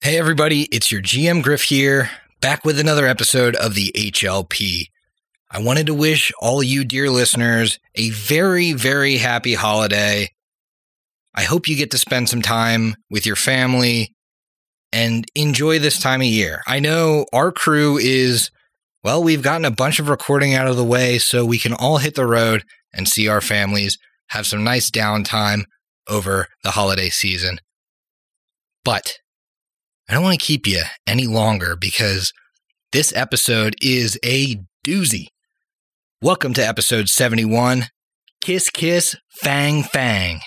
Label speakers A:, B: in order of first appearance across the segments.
A: Hey, everybody, it's your GM Griff here, back with another episode of the HLP. I wanted to wish all you dear listeners a very, very happy holiday. I hope you get to spend some time with your family and enjoy this time of year. I know our crew is, well, we've gotten a bunch of recording out of the way so we can all hit the road and see our families, have some nice downtime over the holiday season. But I don't want to keep you any longer because this episode is a doozy. Welcome to episode 71 Kiss Kiss Fang Fang.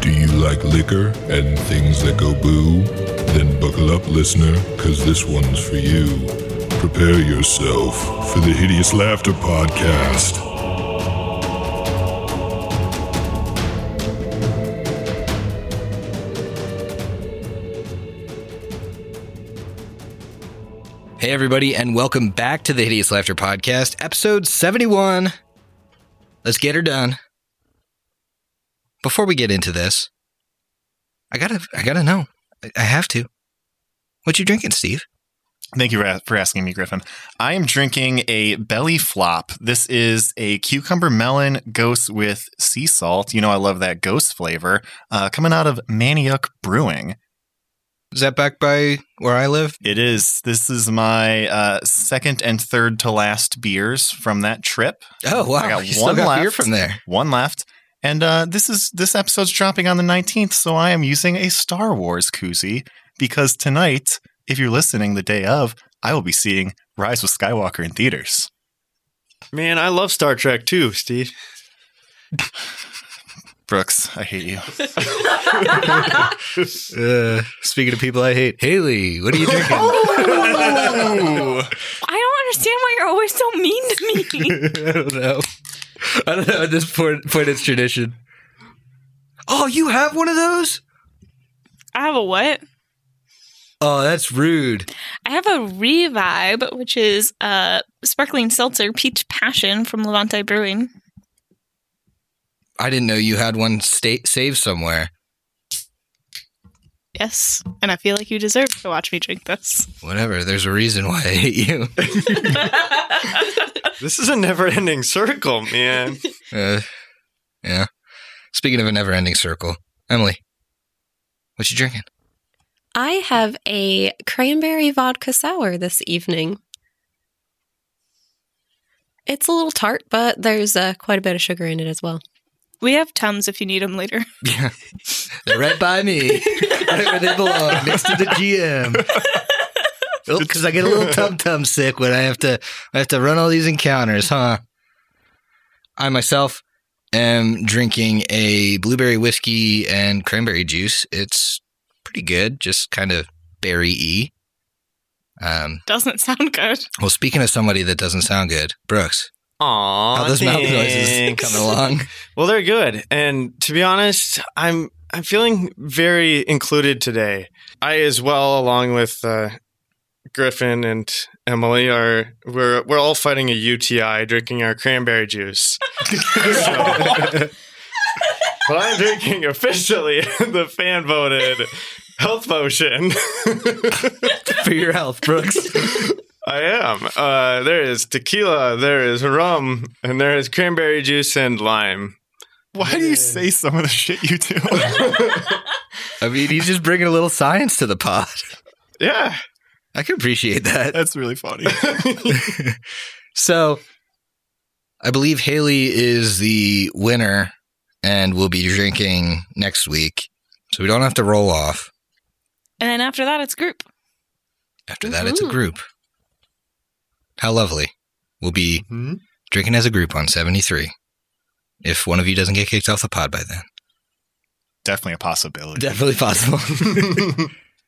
B: Do you like liquor and things that go boo? Then buckle up, listener, cause this one's for you. Prepare yourself for the Hideous Laughter Podcast.
A: Hey, everybody, and welcome back to the Hideous Laughter Podcast, episode 71. Let's get her done. Before we get into this, I gotta, I gotta know. I- I have to. What you drinking, Steve?
C: Thank you for- for asking me, Griffin. I am drinking a belly flop. This is a cucumber melon ghost with sea salt. You know, I love that ghost flavor uh, coming out of Manioc Brewing.
A: Is that back by where I live?
C: It is. This is my uh, second and third to last beers from that trip.
A: Oh wow,
C: I got
A: you still
C: one
A: got beer
C: left.
A: from there.
C: One left. And uh, this is this episode's dropping on the 19th, so I am using a Star Wars koozie because tonight, if you're listening the day of, I will be seeing Rise with Skywalker in theaters.
D: Man, I love Star Trek too, Steve.
C: Brooks, I hate you.
A: Uh,
D: Speaking of people I hate.
A: Haley, what are you drinking?
E: I don't understand why you're always so mean to me.
A: I don't know. I don't know. At this point, point it's tradition. Oh, you have one of those?
E: I have a what?
A: Oh, that's rude.
E: I have a revive, which is uh, sparkling seltzer peach passion from Levante Brewing.
A: I didn't know you had one sta- saved somewhere.
E: Yes, and I feel like you deserve to watch me drink this.
A: Whatever. There's a reason why I hate you.
D: This is a never ending circle, man.
A: Uh, yeah. Speaking of a never-ending circle, Emily, what you drinking?
F: I have a cranberry vodka sour this evening. It's a little tart, but there's uh, quite a bit of sugar in it as well.
E: we have tums if you need them later.
A: Yeah, they're right by me, right where they belong, next to the GM. Because I get a little tum tum sick when I have to, I have to run all these encounters, huh? I myself am drinking a blueberry whiskey and cranberry juice. It's pretty good, just kind of berry y. Um,
E: Doesn't sound good.
A: well, speaking of somebody that doesn't sound good, Brooks,
D: Aw,
A: how those mouth noises
D: thanks.
A: coming along?
D: Well, they're good, and to be honest, I'm I'm feeling very included today. I as well, along with uh, Griffin and Emily, are we're we're all fighting a UTI, drinking our cranberry juice. So- but I'm drinking officially the fan voted health potion.
A: For your health, Brooks.
D: I am. Uh, there is tequila, there is rum, and there is cranberry juice and lime.
C: Why do you say some of the shit you do?
A: I mean, he's just bringing a little science to the pod.
D: Yeah.
A: I can appreciate that.
C: That's really funny.
A: So I believe Haley is the winner and we will be drinking next week. So we don't have to roll off.
E: And then after that, it's group.
A: After that, it's a
F: Woohoo.
A: group. How lovely. We'll be
D: Hmm?
A: drinking as a group on 73. If one of you doesn't get kicked off the pod by then,
C: Definitely a possibility.
A: definitely possible.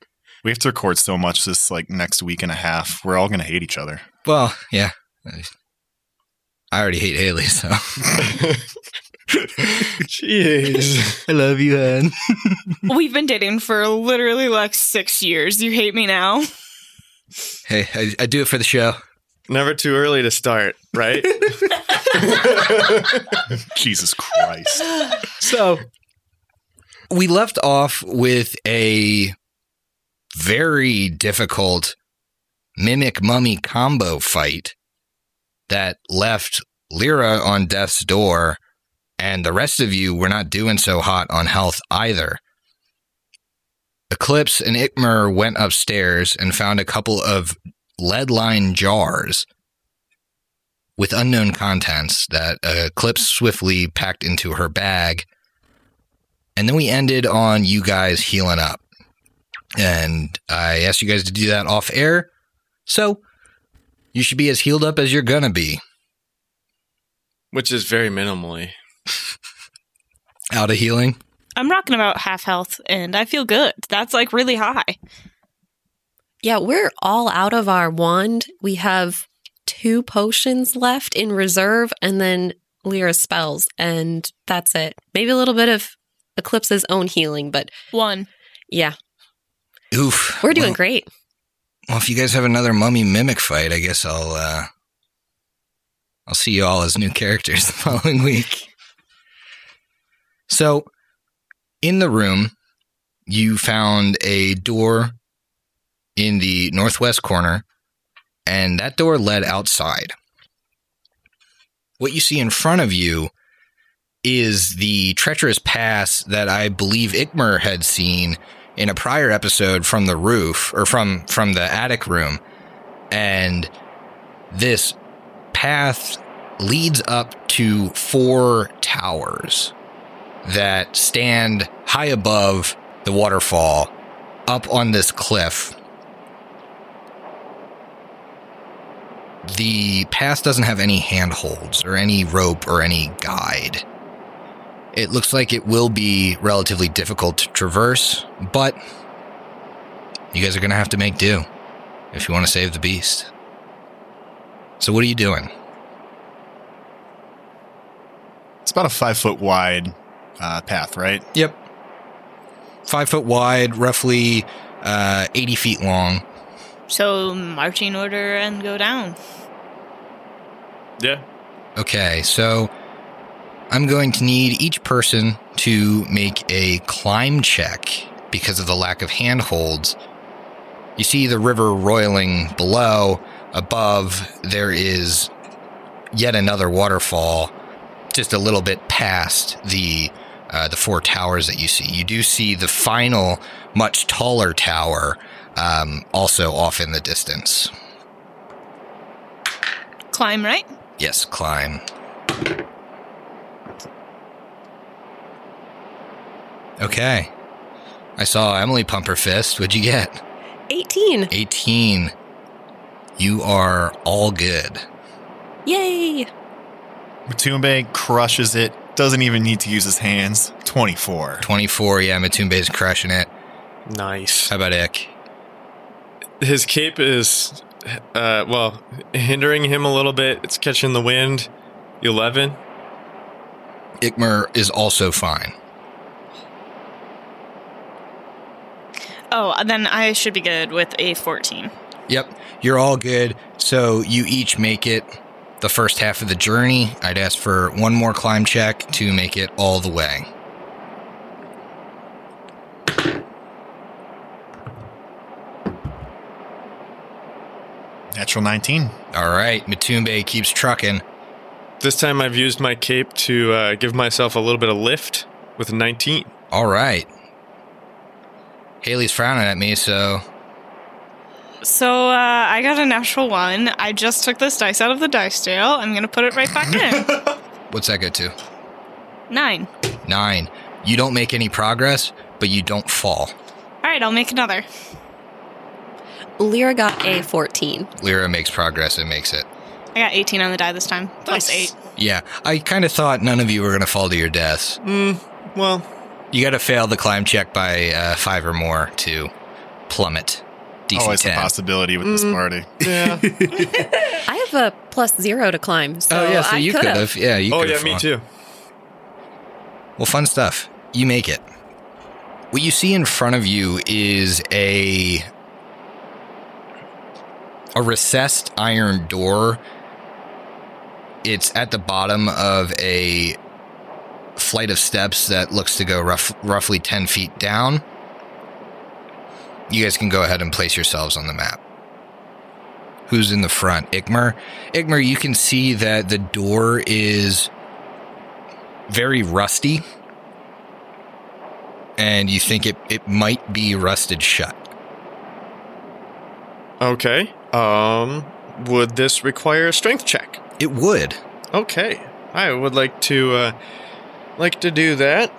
C: we have to record so much this like next week and a half. We're all gonna hate each other.
A: well, yeah. I already hate Haley, so.
D: Jeez.
A: I love you, Hen.
E: We've been dating for literally like six years. You hate me now?
A: Hey, I, I do it for the show.
D: Never too early to start, right?
C: Jesus Christ.
A: So we left off with a very difficult mimic mummy combo fight that left Lyra on death's door, and the rest of you were not doing so hot on health either. Eclipse and Ikmer went upstairs and found a couple of lead line jars with unknown contents that Eclipse swiftly packed into her bag. And then we ended on you guys healing up. And I asked you guys to do that off air. So you should be as healed up as you're going to be
D: Which is very minimally.
A: out of healing.
E: I'm rocking about half health and I feel good. That's like really high.
F: Yeah, we're all out of our wand. We have two potions left in reserve and then Lyra's spells, and that's it. Maybe a little bit of Eclipse's own healing, but
E: One.
F: yeah,
A: Oof.
F: we're doing
A: Well-
F: great.
A: Well, if you guys have another mummy mimic fight, I guess I'll uh I'll see you all as new characters the following week. So, in the room, you found a door in the northwest corner, and that door led outside. What you see in front of you is the treacherous pass that I believe Ikmer had seen in a prior episode from the roof or from from the attic room and this path leads up to four towers that stand high above the waterfall up on this cliff the path doesn't have any handholds or any rope or any guide it looks like it will be relatively difficult to traverse, but you guys are going to have to make do if you want to save the beast. So, what are you doing?
C: It's about a five foot wide uh, path, right?
A: Yep. Five foot wide, roughly uh, 80 feet long.
E: So marching order and go down.
D: Yeah.
A: Okay, so I'm going to need each person to make a climb check because of the lack of handholds. You see the river roiling below. Above, there is yet another waterfall, just a little bit past the uh, the four towers that you see. You do see the final, much taller tower, um, also off in the distance.
E: Climb, right?
A: Yes, climb. Okay. I saw Emily pump her fist. What'd you get?
F: 18.
A: 18. You are all good.
F: Yay.
C: Matumbe crushes it, doesn't even need to use his hands. 24.
A: 24. Yeah, Matumbe's crushing it.
D: Nice.
A: How about Ick?
D: His cape is, uh, well, hindering him a little bit. It's catching the wind. 11.
A: Ikmer is also fine.
E: Oh, then I should be good with a 14.
A: Yep, you're all good. So you each make it the first half of the journey. I'd ask for one more climb check to make it all the way.
C: Natural 19.
A: All right, Matumbe keeps trucking.
D: This time I've used my cape to uh, give myself a little bit of lift with a 19.
A: All right. Haley's frowning at me, so
E: So uh, I got a natural one. I just took this dice out of the dice jail. I'm going to put it right back in.
A: what's that go to?
E: Nine.
A: Nine. You don't make any progress, but you don't fall.
E: All right, I'll make another.
F: Lyra got a 14.
A: Lyra makes progress and makes it.
E: I got 18 on the die this time. Plus
C: Nice.
E: eight.
A: Yeah, I kind of thought none of you were going to fall to your deaths.
D: Mm, well,
A: You got to fail the climb check by uh, five or more to plummet.
D: Oh,
A: DC
C: Always a
A: 10.
C: possibility with this
D: Mm.
C: party.
D: yeah.
F: I have a plus zero to climb. So
A: oh, yeah, so
F: I
A: you could
F: could've.
A: have. Yeah, you
D: oh,
A: could
D: yeah,
A: have
D: me
A: fallen.
D: too.
A: Well, fun stuff. You make it. What you see in front of you is a a recessed iron door. It's at the bottom of a flight of steps that looks to go rough, roughly 10 feet down. You guys can go ahead and place yourselves on the map. Who's in the front? Ikmer. Ikmer, you can see that the door is very rusty. And you think it, it might be rusted shut.
D: Okay. Um, would this require a strength check?
A: It would.
D: Okay. I would like to uh, like to do that.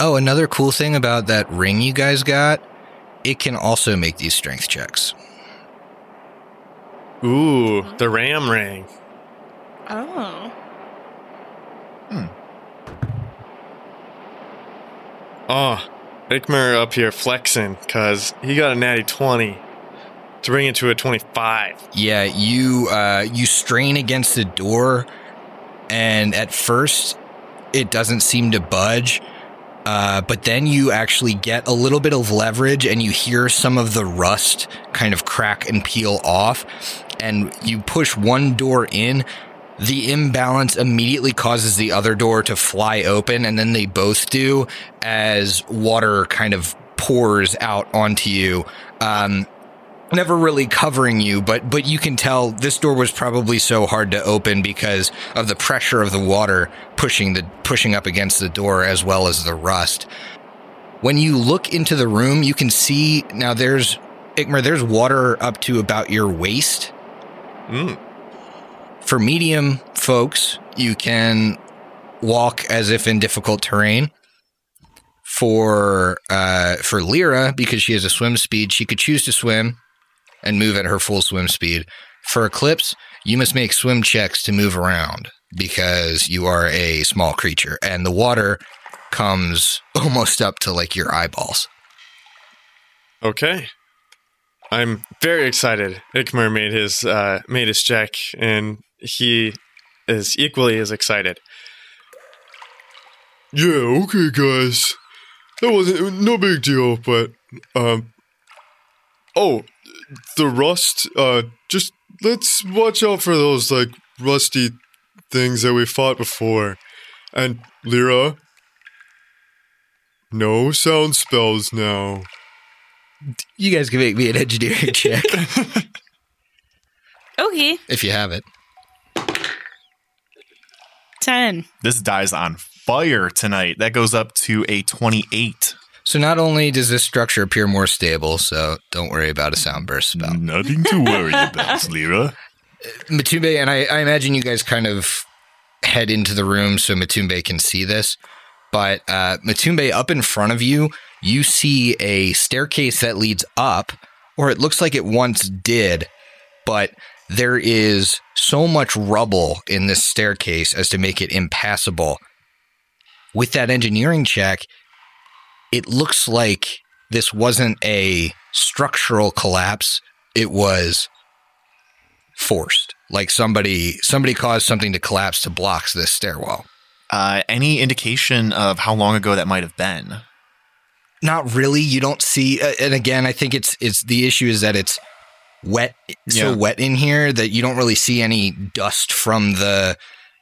A: Oh, another cool thing about that ring you guys got, it can also make these strength checks.
D: Ooh, the ram ring.
E: Oh.
D: Oh, Ikmer up here flexing because he got a natty 20 to bring it to a 25.
A: Yeah, you uh, you strain against the door, and at first, it doesn't seem to budge. Uh, but then you actually get a little bit of leverage, and you hear some of the rust kind of crack and peel off. And you push one door in. The imbalance immediately causes the other door to fly open, and then they both do as water kind of pours out onto you. Um, never really covering you, but but you can tell this door was probably so hard to open because of the pressure of the water pushing the pushing up against the door as well as the rust. When you look into the room, you can see now there's Ikmer, there's water up to about your waist.
D: Mm.
A: For medium folks, you can walk as if in difficult terrain. For uh, for Lyra, because she has a swim speed, she could choose to swim and move at her full swim speed. For Eclipse, you must make swim checks to move around because you are a small creature, and the water comes almost up to like your eyeballs.
D: Okay. I'm very excited. Ikmer made his uh, made his check, and he is equally as excited. Yeah, okay, guys. That wasn't no big deal, but um, oh, the rust. Uh, just let's watch out for those like rusty things that we fought before. And Lyra, no sound spells now.
A: You guys can make me an engineering check
E: Okay.
A: if you have it.
E: 10.
C: This die's on fire tonight. That goes up to a 28.
A: So not only does this structure appear more stable, so don't worry about a sound burst
D: Oh.
A: spell.
B: Nothing to worry about, Lyra.
A: Matumbe, and I, I imagine you guys kind of head into the room so Matumbe can see this. But uh, Matumbe, up in front of you, you see a staircase that leads up, or it looks like it once did, but there is so much rubble in this staircase as to make it impassable. With that engineering check, it looks like this wasn't a structural collapse, it was forced. Like somebody somebody caused something to collapse to blocks this stairwell.
C: Uh, any indication of how long ago that might have been?
A: Not really. You don't see. Uh, and again, I think it's it's the issue is that it's wet, so
C: Yeah.
A: wet in here that you don't really see any dust from the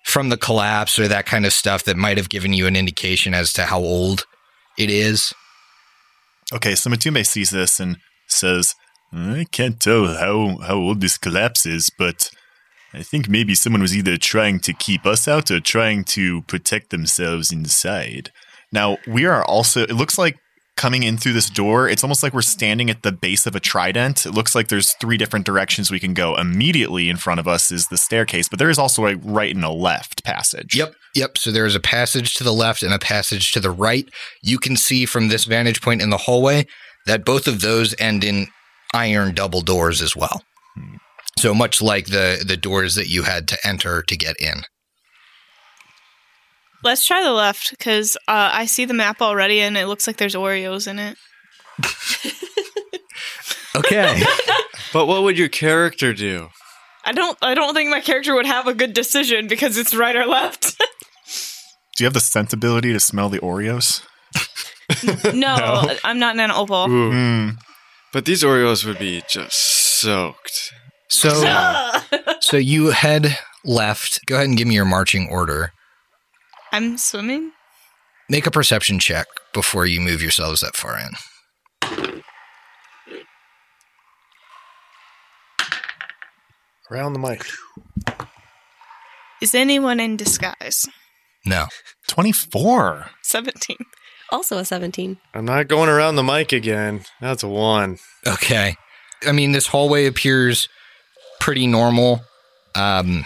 A: from the collapse or that kind of stuff that might have given you an indication as to how old it is.
C: Okay, so Matumbe sees this and says, I can't tell how, how old this collapse is, but I think maybe someone was either trying to keep us out or trying to protect themselves inside. Now, we are also, it looks like coming in through this door, it's almost like we're standing at the base of a trident. It looks like there's three different directions we can go. Immediately in front of us is the staircase, but there is also a right and a left passage.
A: Yep. Yep. So there is a passage to the left and a passage to the right. You can see from this vantage point in the hallway that both of those end in iron double doors as well. So much like the the doors that you had to enter to get in.
E: Let's try the left because uh, I see the map already and it looks like there's Oreos in it.
A: Okay.
D: But what would your character do?
E: I don't. I don't think my character would have a good decision because it's right or left.
C: Do you have the sensibility to smell the Oreos?
E: no, I'm not an opal.
D: Ooh.
C: Hmm.
D: But these Oreos would be just soaked.
A: So,
E: Ugh.
A: so you head left. Go ahead and give me your marching order.
E: I'm swimming.
A: Make a perception check before you move yourselves that far in.
D: Around the mic.
E: Is anyone in disguise?
A: No.
C: 24.
E: 17.
F: Also a 17.
D: I'm not going around the mic again. That's a one.
A: Okay. I mean, this hallway appears pretty normal. Um,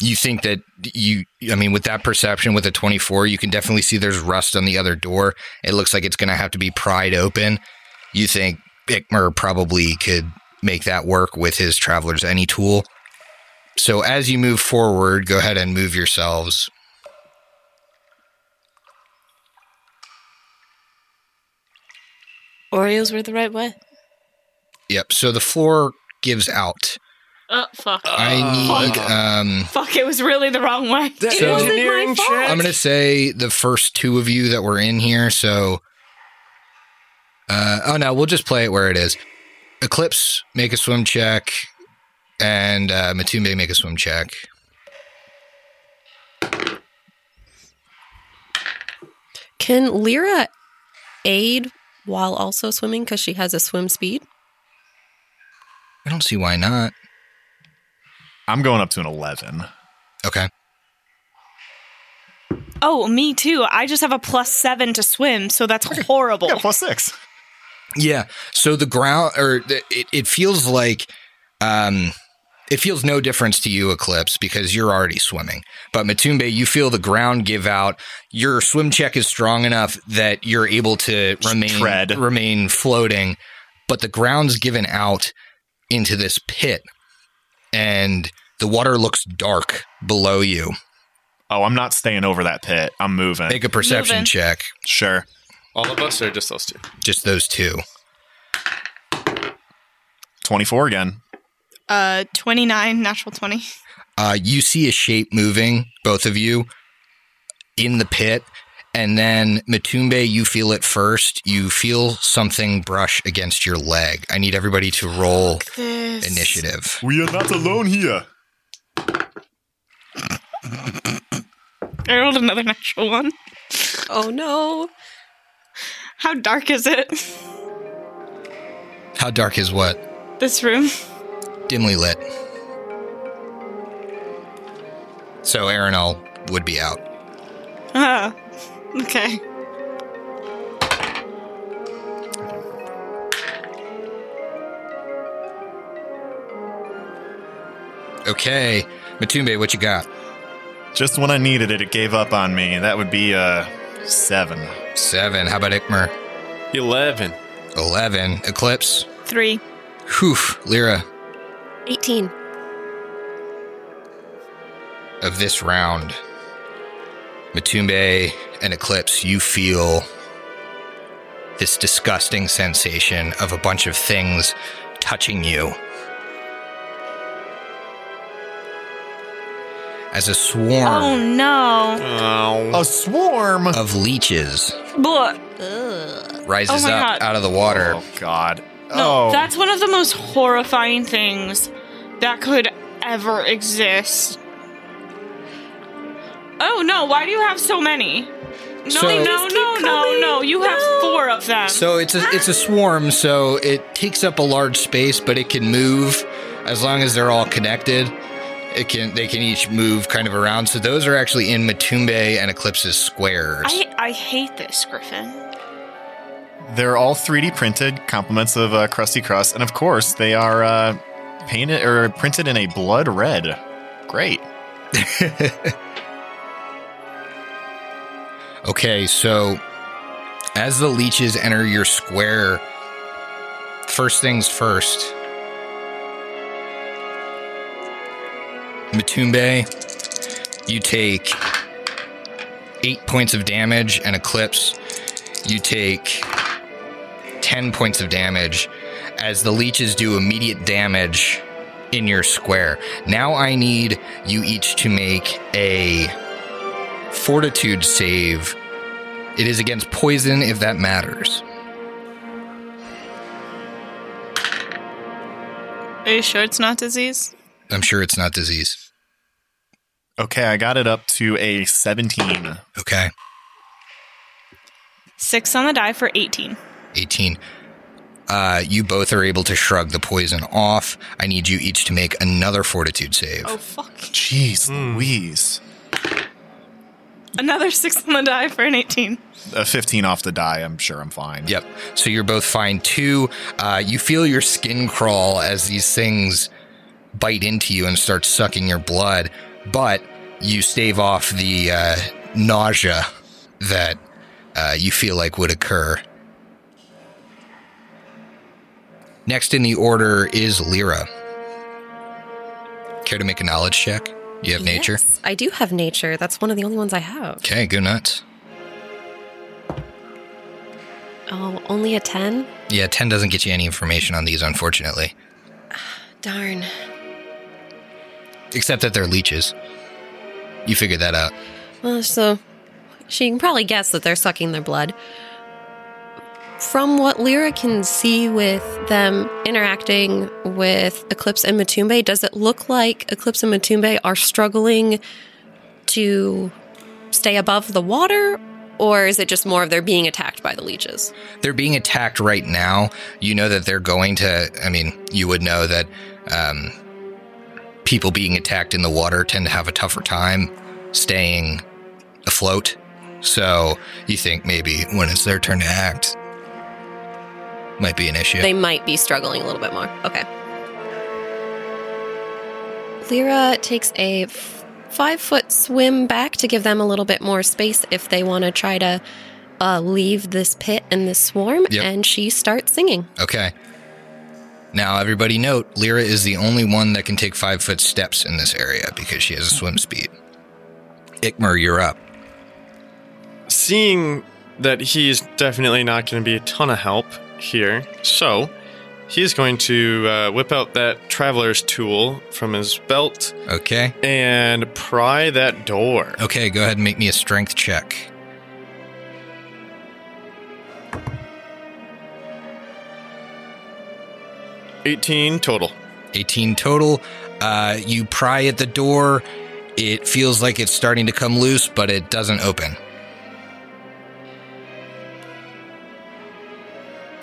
A: you think that you, I mean, with that perception, with a 24, you can definitely see there's rust on the other door. It looks like it's going to have to be pried open. You think Bickmer probably could make that work with his Traveler's Any tool. So as you move forward, go ahead and move yourselves.
F: Oreos were the right way.
A: Yep. So the floor gives out.
E: Oh, fuck.
A: I need,
D: Uh, Fuck.
A: um,
E: fuck, it was really the wrong way.
D: That
A: So- wasn't
F: my fault.
A: I'm going to say the first two of you that were in here. So, uh, oh no, we'll just play it where it is. Eclipse, make a swim check, and uh, Matumbe, make a swim check.
F: Can Lyra aid while also swimming because she has a swim speed?
A: I don't see why not.
C: I'm going up to an 11.
A: Okay.
E: Oh, me too. I just have a plus seven to swim, so that's horrible.
C: Yeah, plus six.
A: Yeah. So the ground, or the, it, it feels like, um, it feels no difference to you, Eclipse, because you're already swimming. But Matumbe, you feel the ground give out. Your swim check is strong enough that you're able to remain
C: tread.
A: remain floating, but the ground's given out into this pit, and the water looks dark below you.
C: Oh, I'm not staying over that pit. I'm moving.
A: Make a perception
E: Moving.
A: check.
C: sure.
D: All of us are just those two.
A: Just those two.
C: 24 again.
E: Uh, 29, natural 20.
A: Uh, you see a shape moving, both of you, in the pit. And then Matumbe, you feel it first. You feel something brush against your leg. I need everybody to roll
E: This.
A: initiative.
C: We are not alone here.
E: I rolled another natural one.
F: Oh no.
E: How dark is it?
A: How dark is what?
E: This room?
A: Dimly lit. So Aranel would be out.
E: Uh, okay.
A: Okay. Matumbe, what you got?
C: Just when I needed it, it gave up on me. That would be uh, seven.
A: Seven. How about Ikmer?
D: Eleven.
A: Eleven. Eclipse.
E: Three.
A: Whew. Lyra,
F: 18.
A: of this round, Matumbe and Eclipse, you feel this disgusting sensation of a bunch of things touching you. As a
E: Oh
A: swarm
E: no.
D: Oh.
C: A swarm.
A: of leeches
E: But
F: Ugh.
A: rises
E: Oh my
A: up
E: God.
A: out of the water.
C: Oh, God.
E: no,
C: oh.
E: that's one of the most horrifying things that could ever exist. Oh no, why do you have so many? No,
A: So-
E: no, no, no, no. You have four of them.
A: So it's a it's a swarm, so it takes up a large space, but it can move as long as they're all connected. It can they can each move kind of around. So those are actually in Matumbe and Eclipse's squares.
E: I, I hate this, Griffin.
C: They're all 3D printed, compliments of uh, Krusty Crust, and of course they are uh, painted or printed in a blood red. Great.
A: okay, so as the leeches enter your square, first things first. Matumbe, you take eight points of damage, and Eclipse, you take 10 points of damage as the leeches do immediate damage in your square. Now I need you each to make a fortitude save. It is against poison if that matters.
E: Are you sure it's not disease?
A: I'm sure it's not disease.
C: Okay, I got it up to a 17.
A: Okay.
E: Six on the die for 18.
A: 18. Uh, you both are able to shrug the poison off. I need you each to make another fortitude save.
E: Oh, fuck.
C: Jeez
D: Hmm.
C: Louise.
E: Another six on the die for an 18.
C: A 15 off the die, I'm sure I'm fine.
A: Yep. So you're both fine too. Uh, you feel your skin crawl as these things bite into you and start sucking your blood, but you stave off the uh, nausea that uh, you feel like would occur. Next in the order is Lyra. Care to make a knowledge check? You have nature?
F: Yes, I do have nature. That's one of the only ones I have.
A: Okay, go nuts.
F: Oh, only a 10?
A: Yeah, 10 doesn't get you any information on these, unfortunately,
F: Darn.
A: except that they're leeches. You figured that out.
F: Well, so she can probably guess that they're sucking their blood. From what Lyra can see with them interacting with Eclipse and Matumbe, does it look like Eclipse and Matumbe are struggling to stay above the water? Or is it just more of they're being attacked by the leeches?
A: they're being attacked right now. You know that they're going to. I mean, you would know that um, people being attacked in the water tend to have a tougher time staying afloat. So you think maybe when it's their turn to act, might be an issue.
F: They might be struggling a little bit more. Okay. Lyra takes a f- five foot swim back to give them a little bit more space if they want to try to uh, leave this pit and this swarm.
A: Yep.
F: And she starts singing.
A: okay. Now everybody note, Lyra is the only one that can take five foot steps in this area because she has a swim speed. Ikmer, you're up.
D: seeing that he's definitely not going to be a ton of help here, so he's going to uh, whip out that traveler's tool from his belt
A: Okay.
D: and pry that door.
A: Okay, go ahead and make me a strength check.
D: Eighteen total.
A: 18 total. Uh, you pry at the door. It feels like it's starting to come loose, but it doesn't open.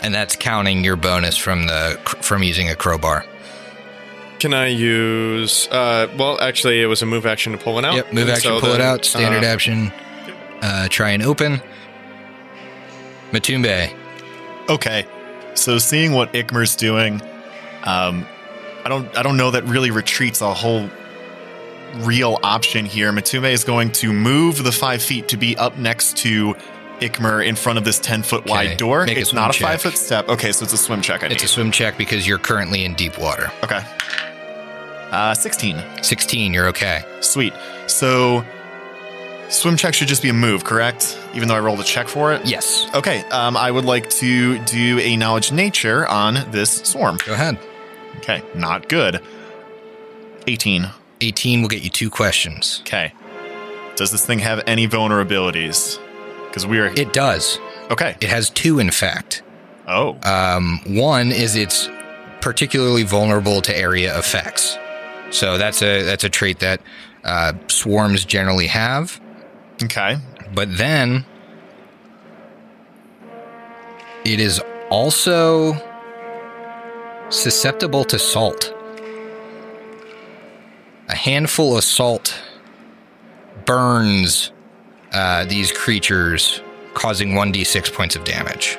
A: And that's counting your bonus from the from using a crowbar.
D: Can I use? Uh, well, actually, it was a move action to pull it out.
A: Yep, move
D: Oh, And
A: action,
D: so
A: pull it
D: then,
A: out. Standard
D: uh,
A: action, uh, try and open. Matumbe,
C: Okay. So seeing what Ikmer's doing, um, I don't I don't know that really retreats a whole real option here. Matume is going to move the five feet to be up next to Ikmer in front of this ten foot
A: Okay.
C: wide door.
A: Make a
C: it's
A: swim
C: not a
A: check.
C: five foot step. Okay, so it's a swim check. I
A: it's a
C: need.
A: swim check because you're currently in deep water.
C: okay. Uh, sixteen.
A: 16, you're okay.
C: Sweet. So swim check should just be a move, correct? Even though I rolled a check for it.
A: Yes.
C: Okay. Um, I would like to do a knowledge nature on this swarm.
A: Go ahead.
C: Okay, not good. 18.
A: 18 will get you two questions.
C: Okay. Does this thing have any vulnerabilities? Because we are.
A: It does.
C: okay.
A: It has two, in fact.
C: Oh.
A: Um, one is it's particularly vulnerable to area effects. So that's a that's a trait that uh, swarms generally have.
C: Okay.
A: But then it is also susceptible to salt. A handful of salt burns uh, these creatures, causing 1d6 points of damage.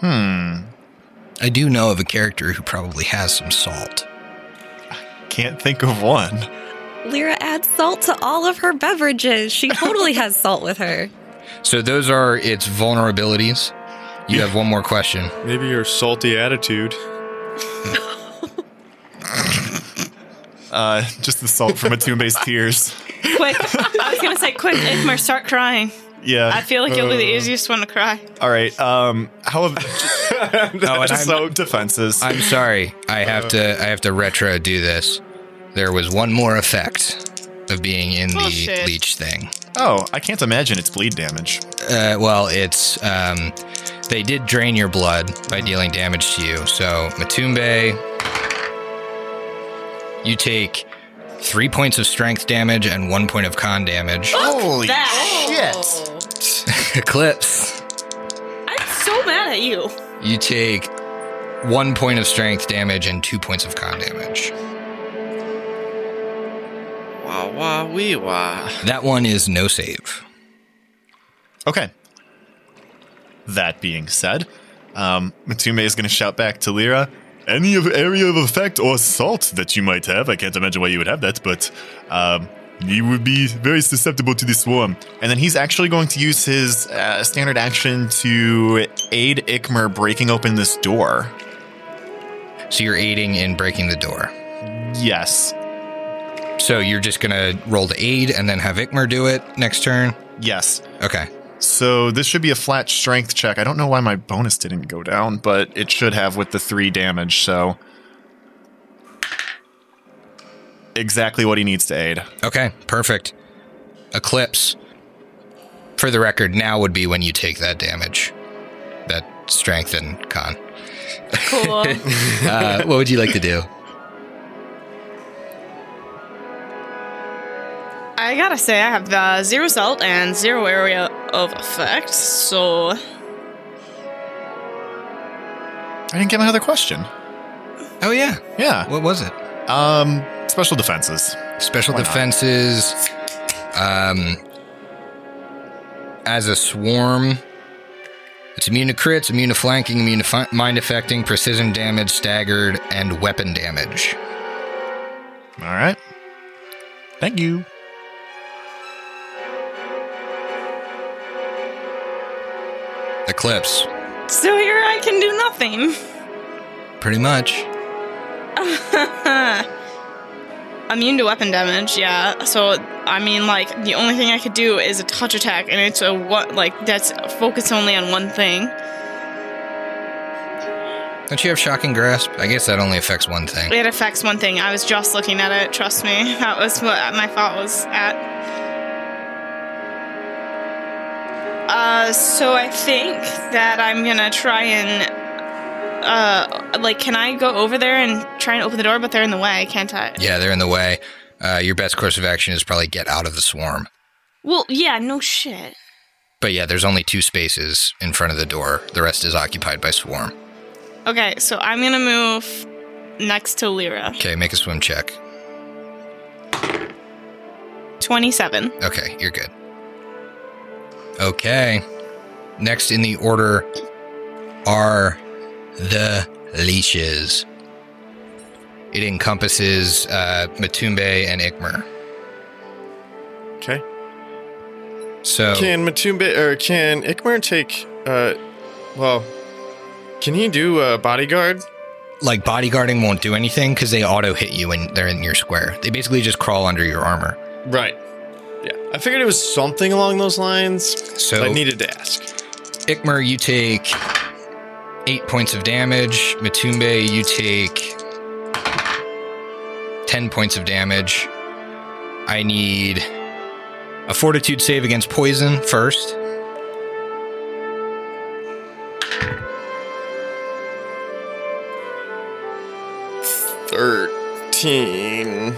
C: Hmm.
A: I do know of a character who probably has some salt.
C: Can't think of one.
F: Lyra adds salt to all of her beverages. She totally has salt with her.
A: So those are its vulnerabilities. You have one more question.
D: Maybe your salty attitude.
C: Uh, just the salt from a tomb based tears.
E: Quick. I was going to say, quick, Igmar, start crying. I
C: Yeah.
E: feel like you'll be the easiest one to cry.
C: All right. Um. How? Have,
A: Oh, and
C: just
A: I'm-
C: so defenses.
A: I'm sorry. I have to. I have to retro do this. There was one more effect of being in the
E: Bullshit.
A: leech thing.
C: oh, I can't imagine it's bleed damage.
A: Uh, well, it's um, they did drain your blood by dealing damage to you. So Matumbe You take three points of strength damage and one point of con
C: Oh!
A: damage.
C: Holy
E: that.
C: shit.
A: Eclipse.
E: I'm so mad at you.
A: You take one point of strength damage and two points of con damage.
D: Wah wah wee wah.
A: That one is no save.
C: Okay. That being said, um, Matume is going to shout back to Lyra. Any of area of effect or salt that you might have, I can't imagine why you would have that, but um, you would be very susceptible to the swarm. And then he's actually going to use his uh, standard action to aid Ikmer breaking open this door.
A: So you're aiding in breaking the door.
C: Yes,
A: So you're just gonna roll to aid and then have Ikmer do it next turn.
C: yes.
A: Okay.
C: So this should be a flat strength check. I don't know why my bonus didn't go down, but it should have with the three damage. So exactly what he needs to aid.
A: Okay. Perfect. Eclipse. For the record, now would be when you take that damage, that strength and con.
E: Cool.
A: Uh, what would you like to do?
E: I gotta say, I have uh, zero salt and zero area of effect, so
C: I didn't get my other question.
A: Oh yeah.
C: Yeah.
A: What was it?
C: Um, special defenses.
A: Special
C: Why not?
A: defenses. Um, as a swarm, it's immune to crits, immune to flanking, immune to fi- mind affecting, precision damage, staggered, and weapon damage.
C: All right. Thank you.
A: Eclipse.
E: so here I can do nothing.
A: Pretty much.
E: Immune to weapon damage, yeah. So I mean, like the only thing I could do is a touch attack, and it's a what like that's focused only on one thing.
A: Don't you have shocking grasp? I guess that only affects one thing.
E: It affects one thing. I was just looking at it. Trust me, that was what my thought was at. Uh, so I think that I'm gonna try and, uh, like, can I go over there and try and open the door? But they're in the way, can't I?
A: Yeah, they're in the way. Uh, your best course of action is probably get out of the swarm.
E: Well, yeah, no shit.
A: But yeah, there's only two spaces in front of the door. The rest is occupied by swarm.
E: Okay, so I'm gonna move next to Lyra.
A: Okay, make a swim check.
E: Twenty-seven.
A: Okay, you're good. Okay. Next in the order are the leashes. It encompasses uh, Matumbe and Ikmer.
D: Okay.
A: So
D: Can Matumbe or can Ikmer take? Uh, well, can he do uh, bodyguard?
A: like bodyguarding won't do anything because they auto hit you when they're in your square. They basically just crawl under your armor.
D: Right. Yeah, I figured it was something along those lines.
A: So-
D: but I needed to ask.
A: Ikmer, you take eight points of damage. Matumbe, you take ten points of damage. I need a fortitude save against poison first.
D: Thirteen.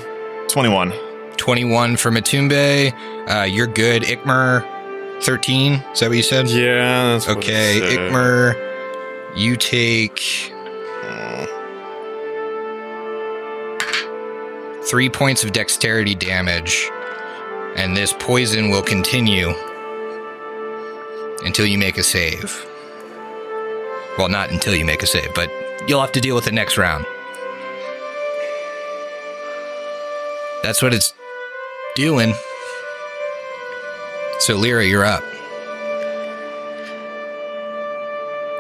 C: 21.
A: 21 for Matumbe. Uh, you're good. Ikmer, 13. Is that what you said?
D: Yeah. That's what it
A: Okay,
D: said.
A: Ikmer, you take hmm, three points of dexterity damage, and this poison will continue until you make a save. Well, not until you make a save, but you'll have to deal with it next round. That's what it's doing. So, Lyra, you're up.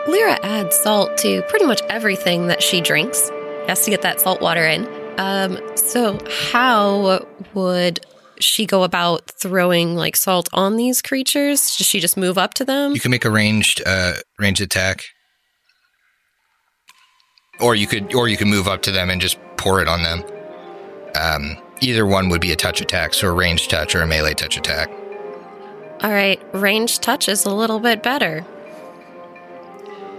F: Lyra adds salt to pretty much everything that she drinks. Has to get that salt water in. Um, so how would she go about throwing like salt on these creatures? Does she just move up to them?
A: You can make a ranged uh, ranged attack, or you could or you can move up to them and just pour it on them. Um, either one would be a touch attack, so a ranged touch or a melee touch attack.
F: All right, range touch is a little bit better.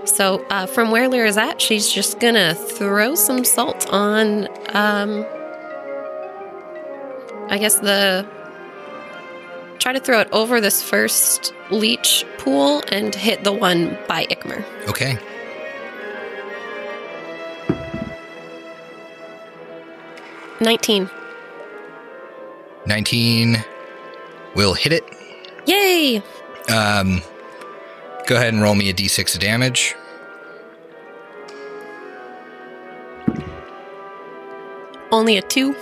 F: So, uh, from where Lyra's at, she's just gonna throw some salt on um, I guess the try to throw it over this first leech pool and hit the one by Ikmer.
A: Okay.
F: Nineteen.
A: 19 will hit it.
F: Yay!
A: Um, go ahead and roll me a d6 of damage.
F: Only a two.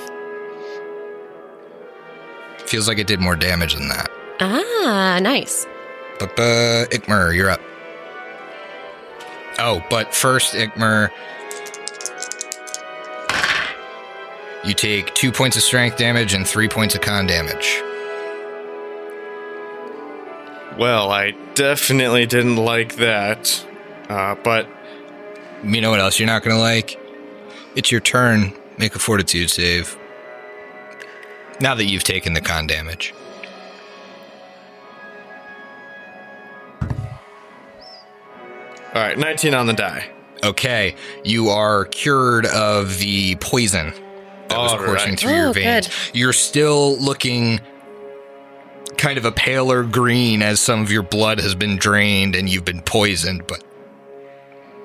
A: Feels like it did more damage than that.
F: Ah, nice.
A: But uh, Ikmer, you're up. Oh, but first, Ikmer, you take two points of strength damage and three points of con damage.
D: Well, I definitely didn't like that. Uh, but
A: You know what else you're not gonna like? It's your turn. Make a fortitude save. Now that you've taken the con damage.
D: all right, 19 on the die.
A: Okay, you are cured of the poison that was
D: All right.
A: coursing through your
F: Oh,
A: veins.
F: good.
A: You're still looking kind of a paler green as some of your blood has been drained and you've been poisoned, but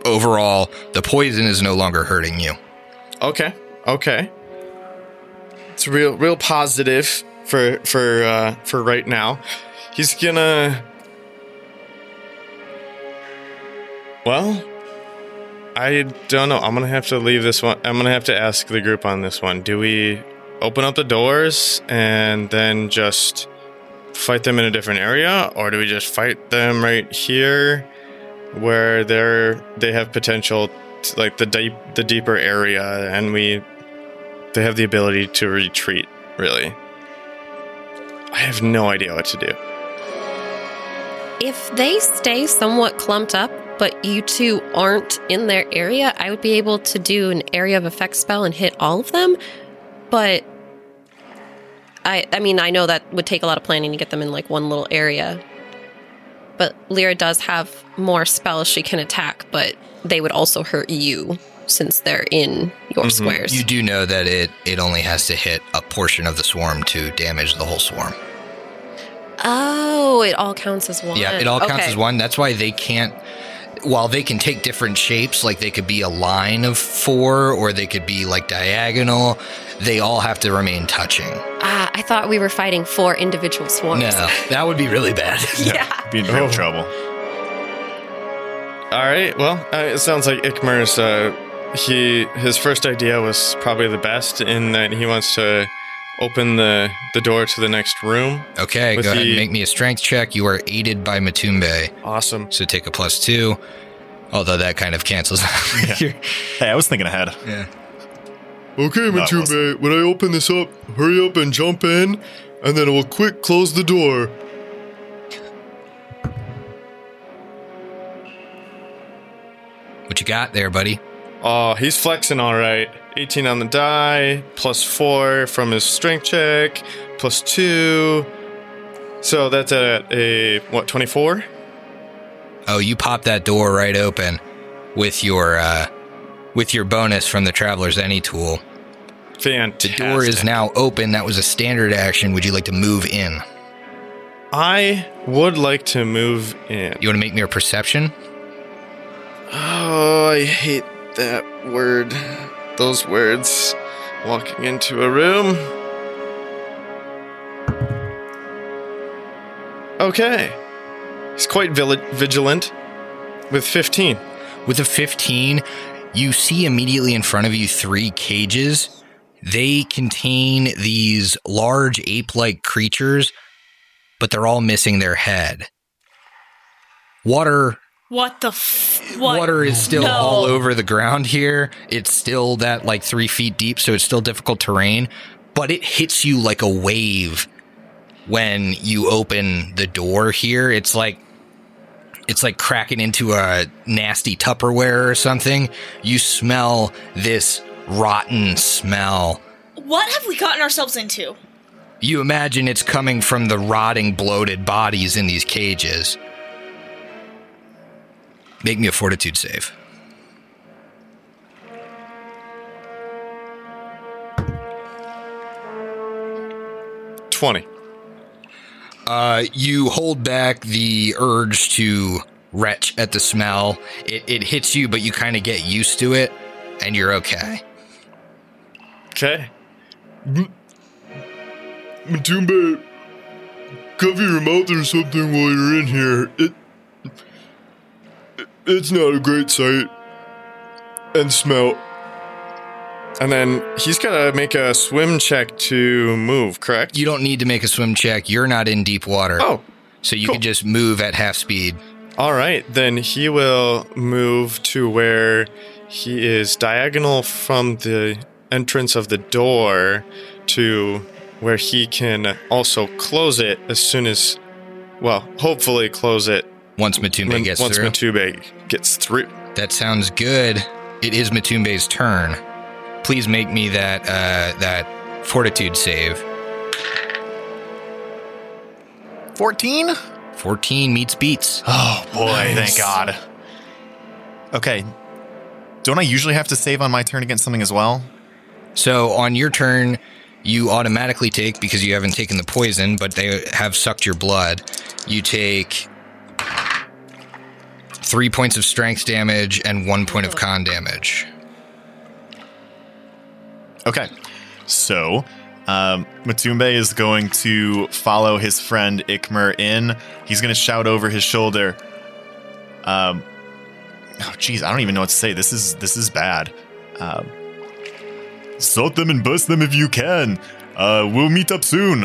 A: overall, the poison is no longer hurting you.
D: Okay, okay. It's real, real positive for for uh, for right now. He's gonna. Well, I don't know. I'm gonna have to leave this one. I'm gonna have to ask the group on this one. Do we open up the doors and then just fight them in a different area, or do we just fight them right here, where they're they have potential, t- like the deep the deeper area, and we they have the ability to retreat. Really, I have no idea what to do.
F: If they stay somewhat clumped up, but you two aren't in their area, I would be able to do an area of effect spell and hit all of them. But I I mean, I know that would take a lot of planning to get them in like one little area. But Lyra does have more spells she can attack, but they would also hurt you since they're in your
D: Mhm.
F: squares.
A: Mm-hmm. You do know that it, it only has to hit a portion of the swarm to damage the whole swarm.
F: oh, it all counts as one.
A: Yeah, it all counts
F: Okay.
A: as one. That's why they can't. While they can take different shapes, like they could be a line of four, or they could be like diagonal. They all have to remain touching.
F: Ah, I thought we were fighting four individual swarms.
A: No, that would be really bad.
F: yeah.
C: Be in real
D: Oh.
C: trouble.
D: All right. Well, uh, it sounds like Ikmer's. Uh, he his first idea was probably the best in that he wants to open the the door to the next room.
A: Okay,
D: With
A: go ahead and
D: the-
A: make me a strength check. You are aided by Matumbe,
D: Awesome.
A: so take a plus two. Although that kind of cancels out.
C: Yeah.
A: your-
C: Hey, I was thinking ahead.
A: yeah.
D: Okay,
C: No, it
D: Matube, when I open this up, hurry up and jump in, and then I will quick close the door.
A: What you got there, buddy?
D: Oh, he's flexing all right. 18 on the die, plus 4 from his strength check, plus 2. So that's at a, what, 24?
A: Oh, you pop that door right open with your uh, with your bonus from the Traveler's Any tool. The
D: Fantastic.
A: door is now open. That was a standard action. Would you like to move in?
D: I would like to move in.
A: You want to make me a perception?
D: Oh, I hate that word. Those words. Walking into a room. Okay. He's quite vili- vigilant with 15.
A: With a 15, you see immediately in front of you three cages. They contain these large ape like creatures, but they're all missing their head. Water
E: What the f- what?
A: water is still
E: No.
A: all over the ground here. It's still that like three feet deep, so it's still difficult terrain, but it hits you like a wave when you open the door here. It's like it's like cracking into a nasty Tupperware or something. You smell this rotten smell.
E: What have we gotten ourselves into?
A: You imagine it's coming from the rotting, bloated bodies in these cages. Make me a fortitude save.
D: 20.
A: Uh, you hold back the urge to retch at the smell. It, it hits you, but you kind of get used to it, and you're okay.
D: Okay. Matumba, cover your mouth or something while you're in here. It, it's not a great sight. And smell. And then he's got to make a swim check to move, correct?
A: You don't need to make a swim check. You're not in deep water,
D: Oh,
A: so you
D: cool.
A: can just move at half speed.
D: all right. Then he will move to where he is diagonal from the entrance of the door to where he can also close it as soon as, well, hopefully close it
A: Once Matumbe
D: when-
A: gets
D: once
A: through.
D: Matube gets through.
A: that sounds good. It is Matumbe's turn. Please make me that uh, that fortitude save.
C: 14?
A: 14 meets beats.
C: Oh boy,
D: Nice.
C: thank God. Okay. Don't I usually have to save on my turn against something as well?
A: So on your turn, you automatically take because you haven't taken the poison, but they have sucked your blood. You take three points of strength damage and one point of con damage.
C: Okay. So, um, Matumbe is going to follow his friend Ikmer in. He's going to shout over his shoulder. Um, oh, geez, I don't even know what to say. This is this is bad. Um, Salt them and bust them if you can. Uh, we'll meet up soon.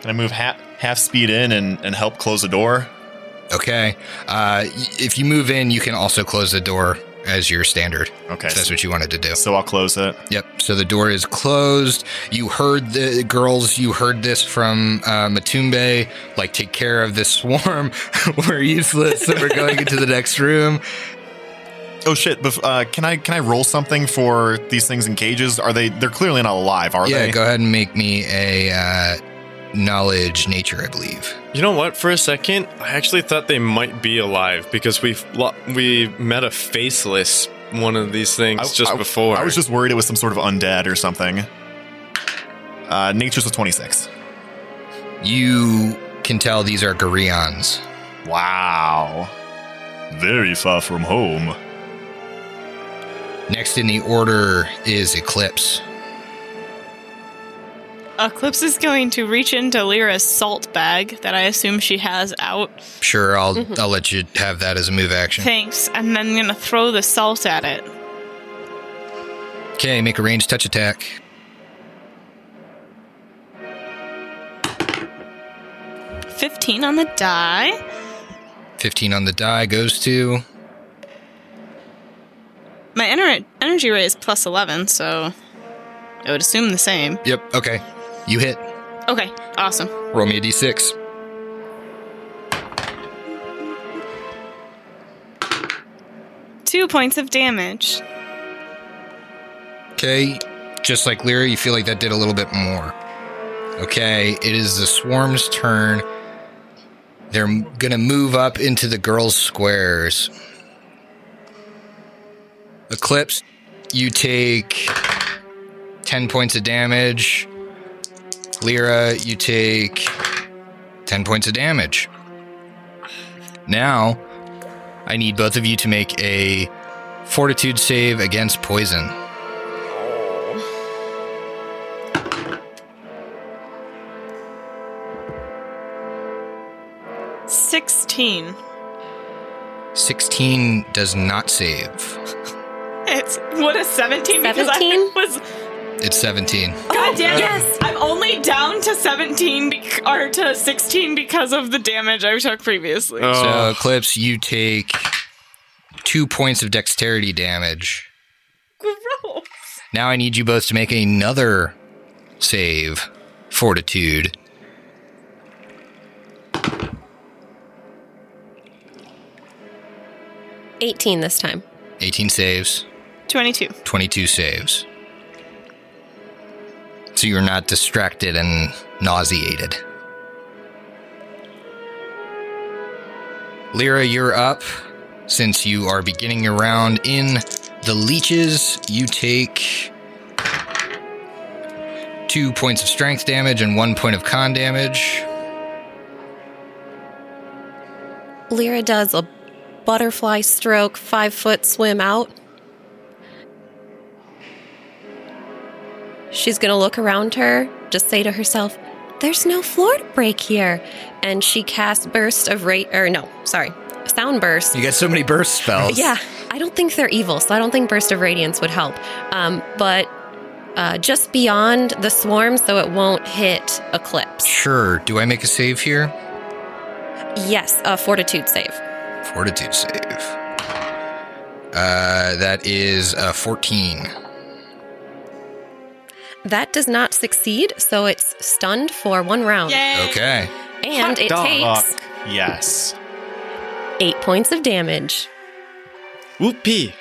C: Can I move half half speed in and, and help close the door?
A: Okay. Uh, y- if you move in, you can also close the door as your standard.
C: Okay.
A: If that's
C: So,
A: what you wanted to do.
C: so I'll close it.
A: Yep. So the door is closed. You heard the girls. You heard this from uh, Matumbe. Like, take care of this swarm. we're useless. so we're going into the next room.
C: Oh shit! Bef- uh, can I can I roll something for these things in cages? Are they? They're clearly not alive, are
A: yeah.
C: they?
A: Go ahead and make me a uh, knowledge nature. I believe.
D: You know what? For a second, I actually thought they might be alive because we lo- we met a faceless one of these things
C: I-
D: just before.
C: I was just worried it was some sort of undead or something. Uh, nature's a twenty-six.
A: You can tell these are Gurions.
C: Wow. Very far from home.
A: Next in the order is Eclipse.
E: Eclipse is going to reach into Lyra's salt bag that I assume she has out.
A: Sure, I'll
F: Mhm.
A: I'll let you have that as a move action.
E: Thanks. And then gonna throw the salt at it.
A: Okay, make a range touch attack.
E: Fifteen on the die.
A: 15 on the die goes to
E: My ener- energy rate is plus eleven, so I would assume the same.
A: Yep. Okay. You hit.
E: Okay, awesome.
A: Roll me a d6.
E: Two points of damage.
A: Okay. Just like Lyra, you feel like that did a little bit more. Okay. It is the swarm's turn. They're going to move up into the girls' squares. Eclipse, you take 10 points of damage. Lyra, you take 10 points of damage. Now, I need both of you to make a fortitude save against poison.
E: Sixteen.
A: 16 does not save.
E: It's what a seventeen because I
F: 17?
E: was
A: It's 17.
E: God damn it.
F: yes.
E: I'm only down to 17 bec- or to 16 because of the damage I took previously.
D: Oh.
A: So, Eclipse, you take two points of dexterity damage.
E: Gross.
A: Now I need you both to make another save. Fortitude.
F: Eighteen this time.
A: 18 saves,
E: 22.
A: 22 saves. So you're not distracted and nauseated. Lyra, you're up. Since you are beginning your round in the leeches, you take two points of strength damage and one point of con damage.
F: Lyra does a butterfly stroke, five foot swim out. She's going to look around her, just say to herself, There's no floor to break here. And she casts Burst of Rage, or no, sorry, Sound Burst.
A: You get so many burst spells.
F: Yeah, I don't think they're evil, so I don't think Burst of Radiance would help. Um, but uh, just beyond the swarm, so it won't hit Eclipse.
A: Sure. Do I make a save here?
F: Yes, a Fortitude save.
A: Fortitude save. Uh, that is uh, 14.
F: That does not succeed, so it's stunned for one round.
E: Yay.
A: Okay.
F: And it
C: Dog.
F: takes
C: Yes.
F: eight points of damage.
D: Whoopee.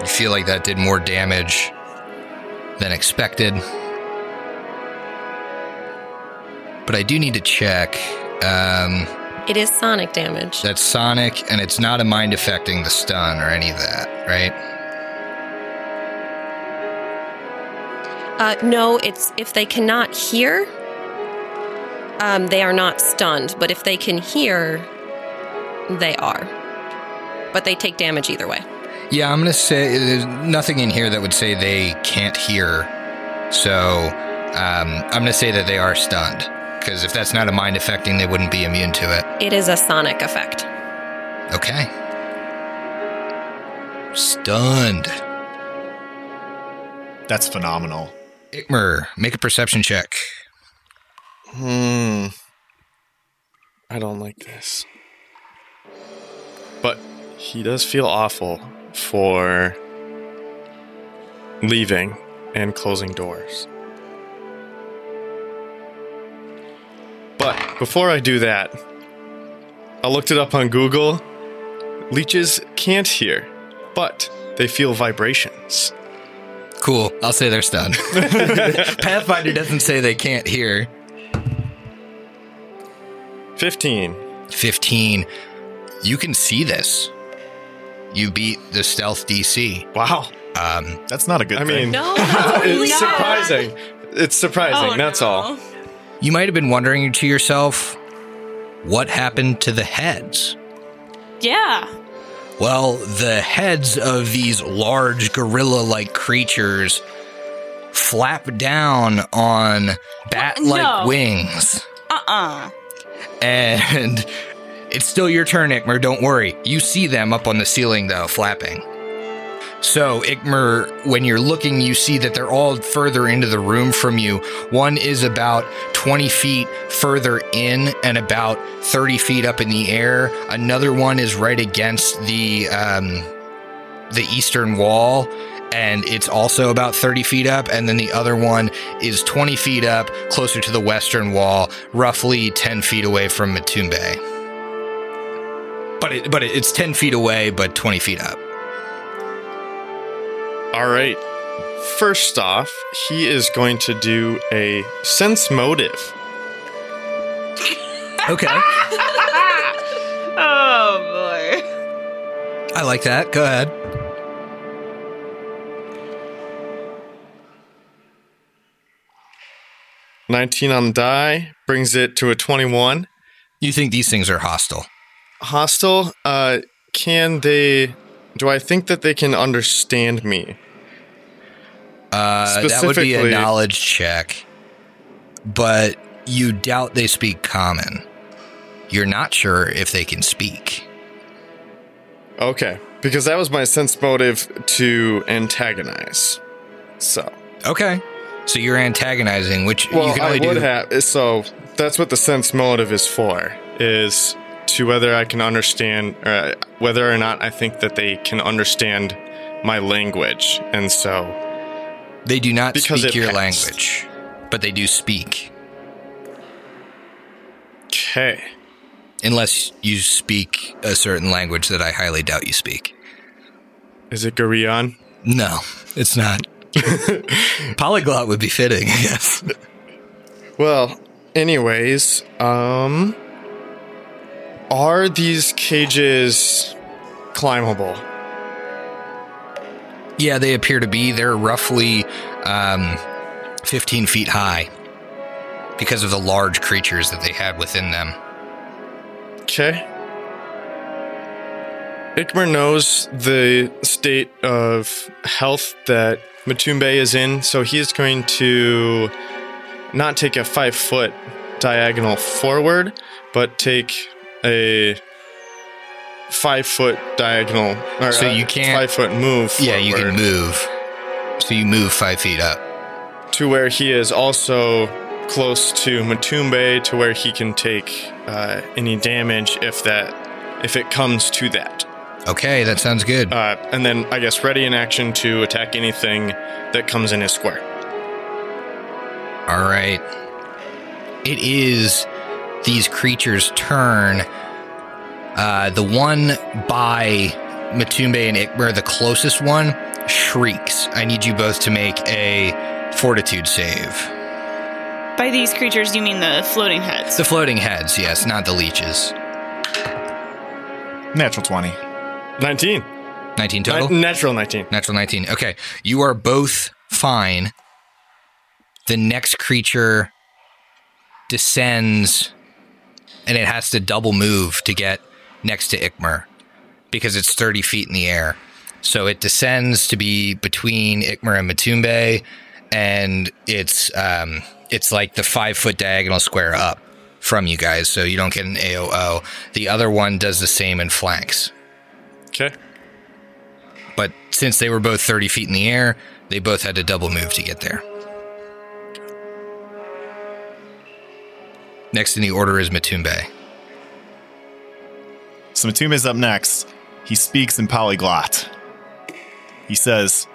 A: You feel like that did more damage than expected. But I do need to check. Um,
F: It is sonic damage.
A: that's sonic, and it's not a mind affecting the stun or any of that, right?
F: Uh, no, it's if they cannot hear, um, they are not stunned. But if they can hear, they are. But they take damage either way.
A: Yeah, I'm going to say there's nothing in here that would say they can't hear. So um, I'm going to say that they are stunned. Because if that's not a mind affecting, they wouldn't be immune to it.
F: It is a sonic effect.
A: Okay. Stunned.
C: That's phenomenal.
A: Ikmer, make a perception check.
D: Hmm. I don't like this. But he does feel awful for leaving and closing doors. But before I do that, I looked it up on Google. Leeches can't hear, but they feel vibrations.
A: Cool. I'll say they're stunned. Pathfinder doesn't say they can't hear.
D: 15.
A: 15. You can see this. You beat the stealth DC.
D: Wow.
A: Um,
C: That's not a good
D: I
C: thing.
D: mean,
F: No, that's really
D: it's surprising. It's surprising,
E: Oh,
D: that's
E: no.
D: all.
A: you might have been wondering to yourself, what happened to the heads?
E: Yeah.
A: Well, the heads of these large gorilla like creatures flap down on bat like
E: No.
A: wings.
E: Uh uh
A: And it's still your turn, Ikmer. Don't worry. You see them up on the ceiling, though, flapping. So, Ikmer, when you're looking, you see that they're all further into the room from you. One is about 20 feet further in and about 30 feet up in the air. Another one is right against the um, the eastern wall, and it's also about 30 feet up. And then the other one is 20 feet up, closer to the western wall, roughly 10 feet away from Matumbe. But it, but it, it's 10 feet away, but 20 feet up.
D: All right. First off, he is going to do a sense motive.
A: Okay.
E: oh boy.
A: I like that. Go ahead.
D: Nineteen on the die brings it to a twenty-one.
A: You think these things are hostile?
D: Hostile. Uh, can they? Do I think that they can understand me?
A: Uh, that would be a
D: Specifically-
A: knowledge check, but you doubt they speak common. You're not sure if they can speak.
D: Okay, because that was my sense motive to antagonize. So,
A: Okay. So you're antagonizing, which you
D: well,
A: can
D: I
A: only
D: would
A: do.
D: have. So that's what the sense motive is for: is to whether I can understand, or uh, whether or not I think that they can understand my language, and so.
A: They do not
D: Because
A: speak
D: it
A: your
D: passed.
A: language, but they do speak
D: Okay.
A: unless you speak a certain language that I highly doubt you speak.
D: Is it Gurion?
A: No, it's not. Polyglot would be fitting, I guess.
D: Well, anyways, um are these cages climbable?
A: Yeah, they appear to be. They're roughly um, 15 feet high because of the large creatures that they had within them.
D: Okay. Ikmer knows the state of health that Matumbe is in, so he is going to not take a five foot diagonal forward, but take a five foot diagonal. Or
A: So
D: a
A: you can't-
D: five foot move.
A: Yeah, you can
D: forward
A: move. So you move five feet up.
D: to where he is also close to Matumbe, to where he can take uh, any damage if that if it comes to that.
A: Okay, that sounds good.
D: Uh, and then I guess ready in action to attack anything that comes in his square.
A: All right. It is these creatures' turn. Uh, the one by Matumbe and Ikmer, the closest one, shrieks. I need you both to make a fortitude save.
E: By these creatures, you mean the floating heads.
A: The floating heads, yes, not the leeches.
C: Natural 20.
D: Nineteen,
A: 19
D: Ni-
A: total?
D: natural nineteen.
A: Natural 19. Okay. You are both fine. The next creature descends and it has to double move to get next to Ikmer because it's 30 feet in the air. So it descends to be between Ikmer and Matumbe and it's um, it's like the five foot diagonal square up from you guys. So you don't get an AOO. The other one does the same in flanks
D: Okay,
A: but since they were both 30 feet in the air, they both had to double move to get there. Next in the order is Matumbe.
C: So Matuma is up next. He speaks in polyglot. He says,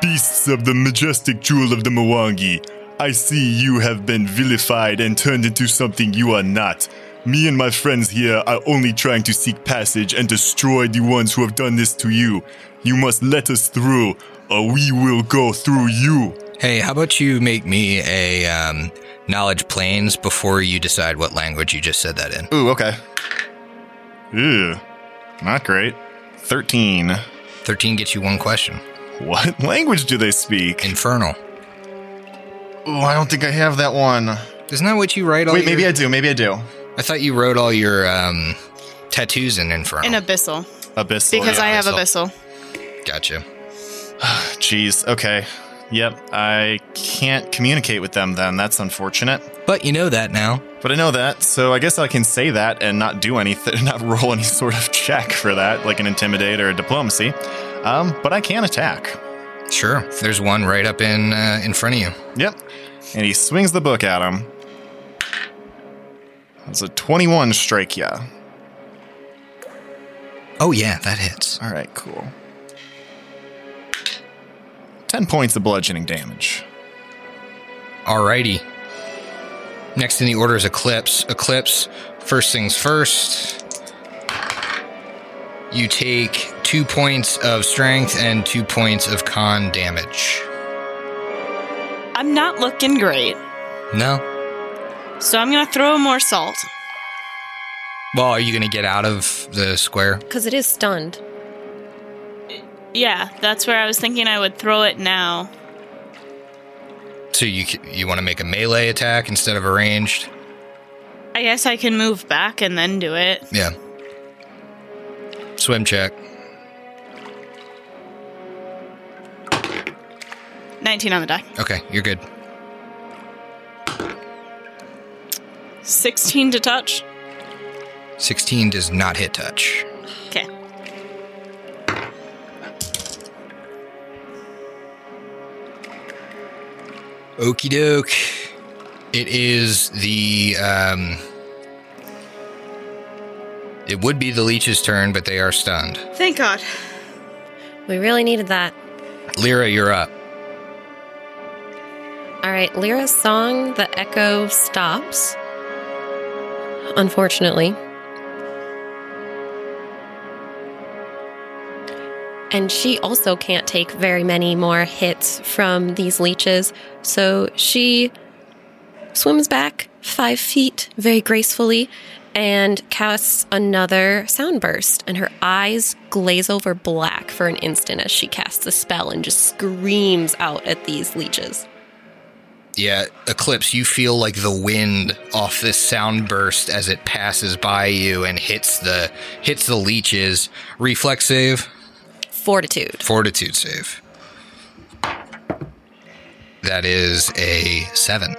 C: Beasts of the majestic jewel of the Mwangi, I see you have been vilified and turned into something you are not. Me and my friends here are only trying to seek passage and destroy the ones who have done this to you. You must let us through, or we will go through you.
A: Hey, how about you make me a um, knowledge planes before you decide what language you just said that in?
C: Ooh, okay. Ew, not great. 13.
A: 13 gets you one question.
C: What language do they speak?
A: Infernal.
C: Oh, I don't think I have that one.
A: Isn't that what you write all
C: Wait, maybe
A: your-
C: I do. Maybe I do.
A: I thought you wrote all your um, tattoos in Infernal.
E: And abyssal.
C: Abyssal.
E: Because
C: Oh, yeah.
E: I have
A: abyssal.
E: abyssal.
A: gotcha.
C: Jeez. Okay. Yep. I can't communicate with them then. That's unfortunate.
A: But you know that now.
C: But I know that, so I guess I can say that and not do anything, not roll any sort of check for that, like an intimidate or a diplomacy. Um, but I can attack.
A: Sure. There's one right up in uh, in front of you.
C: Yep. And he swings the book at him. That's a 21 strike, yeah.
A: Oh, yeah, that hits.
C: All right, cool. 10 points of bludgeoning damage.
A: Alrighty. Next in the order is Eclipse. Eclipse, first things first. You take two points of strength and two points of con damage.
E: I'm not looking great,
A: No?
E: so I'm gonna throw more salt.
A: Well, are you going to get out of the square?
F: Because it is stunned.
E: Yeah, that's where I was thinking I would throw it now.
A: So you c- you want to make a melee attack instead of a ranged?
E: I guess I can move back and then do it.
A: Yeah. Swim check.
E: 19 on the die.
A: Okay, you're good.
E: 16 to touch.
A: 16 does not hit touch.
E: Okay.
A: Okie doke. It is the. Um, it would be the leech's turn, but they are stunned.
E: Thank God.
F: We really needed that.
A: Lyra, you're up.
F: All right, Lyra's song, The Echo Stops. Unfortunately. And she also can't take very many more hits from these leeches. So she swims back five feet very gracefully and casts another sound burst, and her eyes glaze over black for an instant as she casts the spell and just screams out at these leeches.
A: Yeah, Eclipse, you feel like the wind off this sound burst as it passes by you and hits the hits the leeches. Reflex save,
F: Fortitude.
A: fortitude save. That is a seven.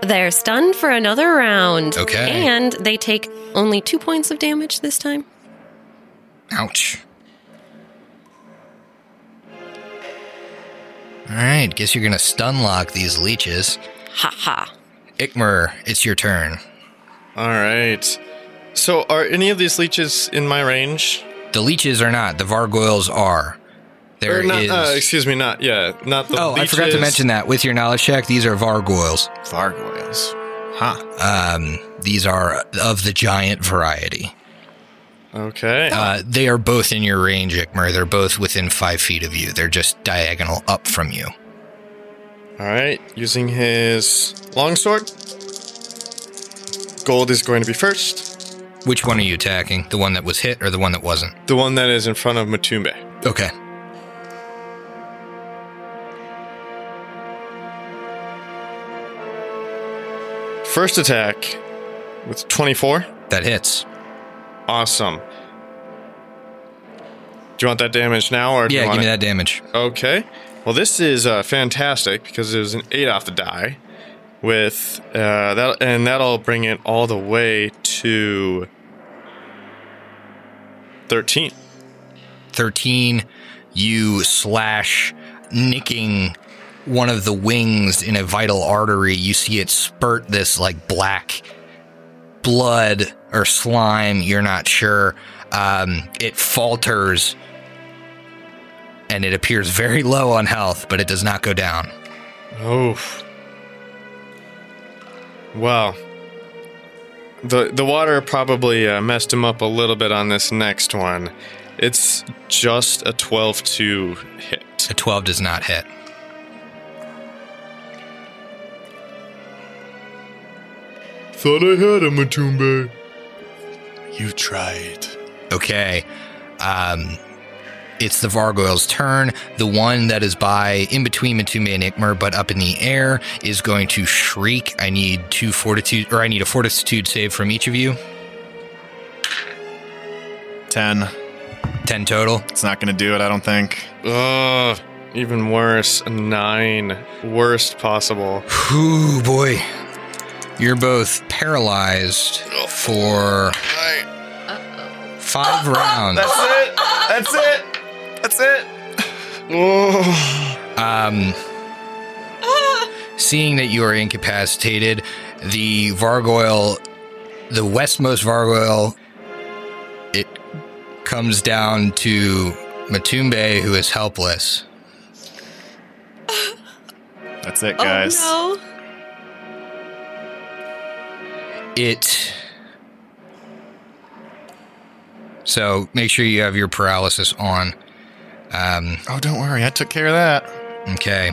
F: They're stunned for another round.
A: Okay.
F: And they take only two points of damage this time.
A: Ouch. All right, guess you're gonna stun lock these leeches.
F: Ha ha.
A: Ikmer, it's your turn.
D: All right. So, are any of these leeches in my range?
A: The leeches are not. The vargoyles are. There
D: Or
A: is.
D: not, uh, excuse me, not yeah, not the.
A: oh, I forgot to
D: leeches.
A: mention that. With your knowledge check, these are vargoyles.
C: Gargoyles. Huh.
A: Um, these are of the giant variety.
D: Okay.
A: Uh, they are both in your range, Ikmer. They're both within five feet of you. They're just diagonal up from you.
D: All right, using his longsword. Gold is going to be first.
A: Which one are you attacking? The one that was hit or the one that wasn't?
D: The one that is in front of Matumbe.
A: Okay.
D: First attack with 24.
A: That hits.
D: Awesome. Do you want that damage now or do
A: Yeah,
D: you
A: give
D: want
A: me
D: it-
A: that damage.
D: Okay. Well, this is uh, fantastic because it was an eight off the die, with uh, that, and that'll bring it all the way to thirteen.
A: 13 you slash nicking one of the wings in a vital artery you see it spurt this like black blood or slime you're not sure um, it falters and it appears very low on health but it does not go down
D: Oh. Wow. The the water probably uh, messed him up a little bit on this next one. It's just a 12 to hit.
A: a 12 does not hit
D: Thought I had a Matumbe.
C: You tried.
A: Okay. Um, it's the Vargoyle's turn. The one that is by in between Matume and Ikmer, but up in the air, is going to shriek. I need two fortitude, or I need a fortitude save from each of you.
C: 10.
A: Ten total.
C: It's not going to do it, I don't think.
D: Ugh. Even worse, a nine. Worst possible.
A: Whew, boy. You're both paralyzed for five rounds.
D: it. That's it. That's it. Oh.
A: Um, seeing that you are incapacitated, the Vargoyle, the westmost Vargoyle, it comes down to Matumbe, who is helpless.
C: That's it, guys.
F: Oh no.
A: It. So make sure you have your paralysis on. Um,
C: Oh, don't worry. I took care of that.
A: okay.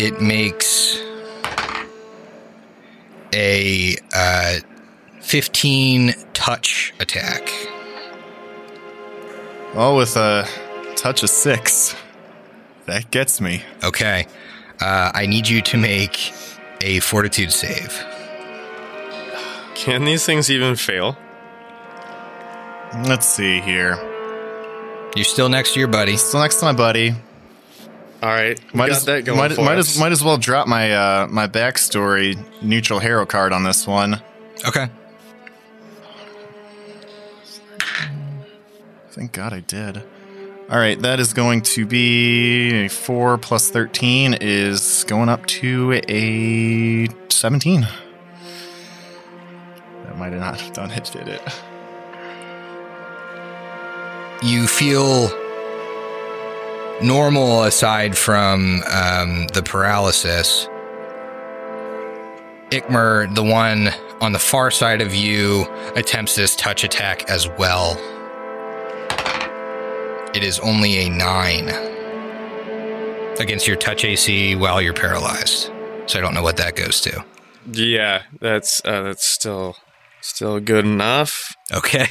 A: It makes a uh, 15 touch attack.
C: All with a touch of six. That gets me.
A: Okay. Uh, I need you to make a fortitude save.
D: Can these things even fail?
C: Let's see here.
A: You're still next to your buddy.
C: Still next to my buddy.
D: All right. we
C: Might
D: got
C: as,
D: that going
C: might,
D: for
C: might
D: us.
C: as, might as well drop my uh, my backstory neutral hero card on this one.
A: Okay.
C: Thank God I did. All right, that is going to be a 4 plus 13 is going up to a 17. That might have not have done it, did it?
A: You feel normal aside from um, the paralysis. Ikmer, the one on the far side of you, attempts this touch attack as well. It is only a nine against your touch AC while you're paralyzed. So I don't know what that goes to.
D: Yeah, that's uh, that's still still good enough.
A: Okay.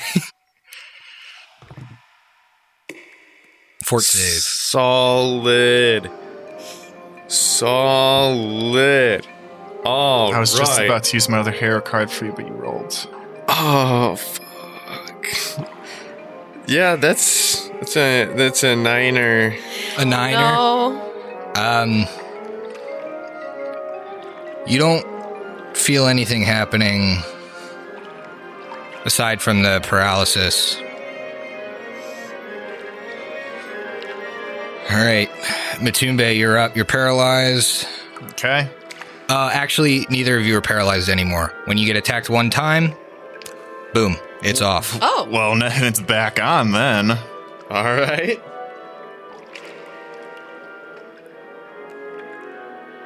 A: Fort save.
D: Solid. Solid. All
C: I was just
D: right.
C: about to use my other hero card for you, but you rolled.
D: Oh fuck. yeah, that's that's a that's a niner.
A: A niner.
F: No.
A: Um, you don't feel anything happening aside from the paralysis. All right, Matumbe, you're up. You're paralyzed.
C: Okay.
A: Uh, actually, neither of you are paralyzed anymore. When you get attacked one time, boom, it's off.
F: Oh.
C: Well, now it's back on then.
D: All right.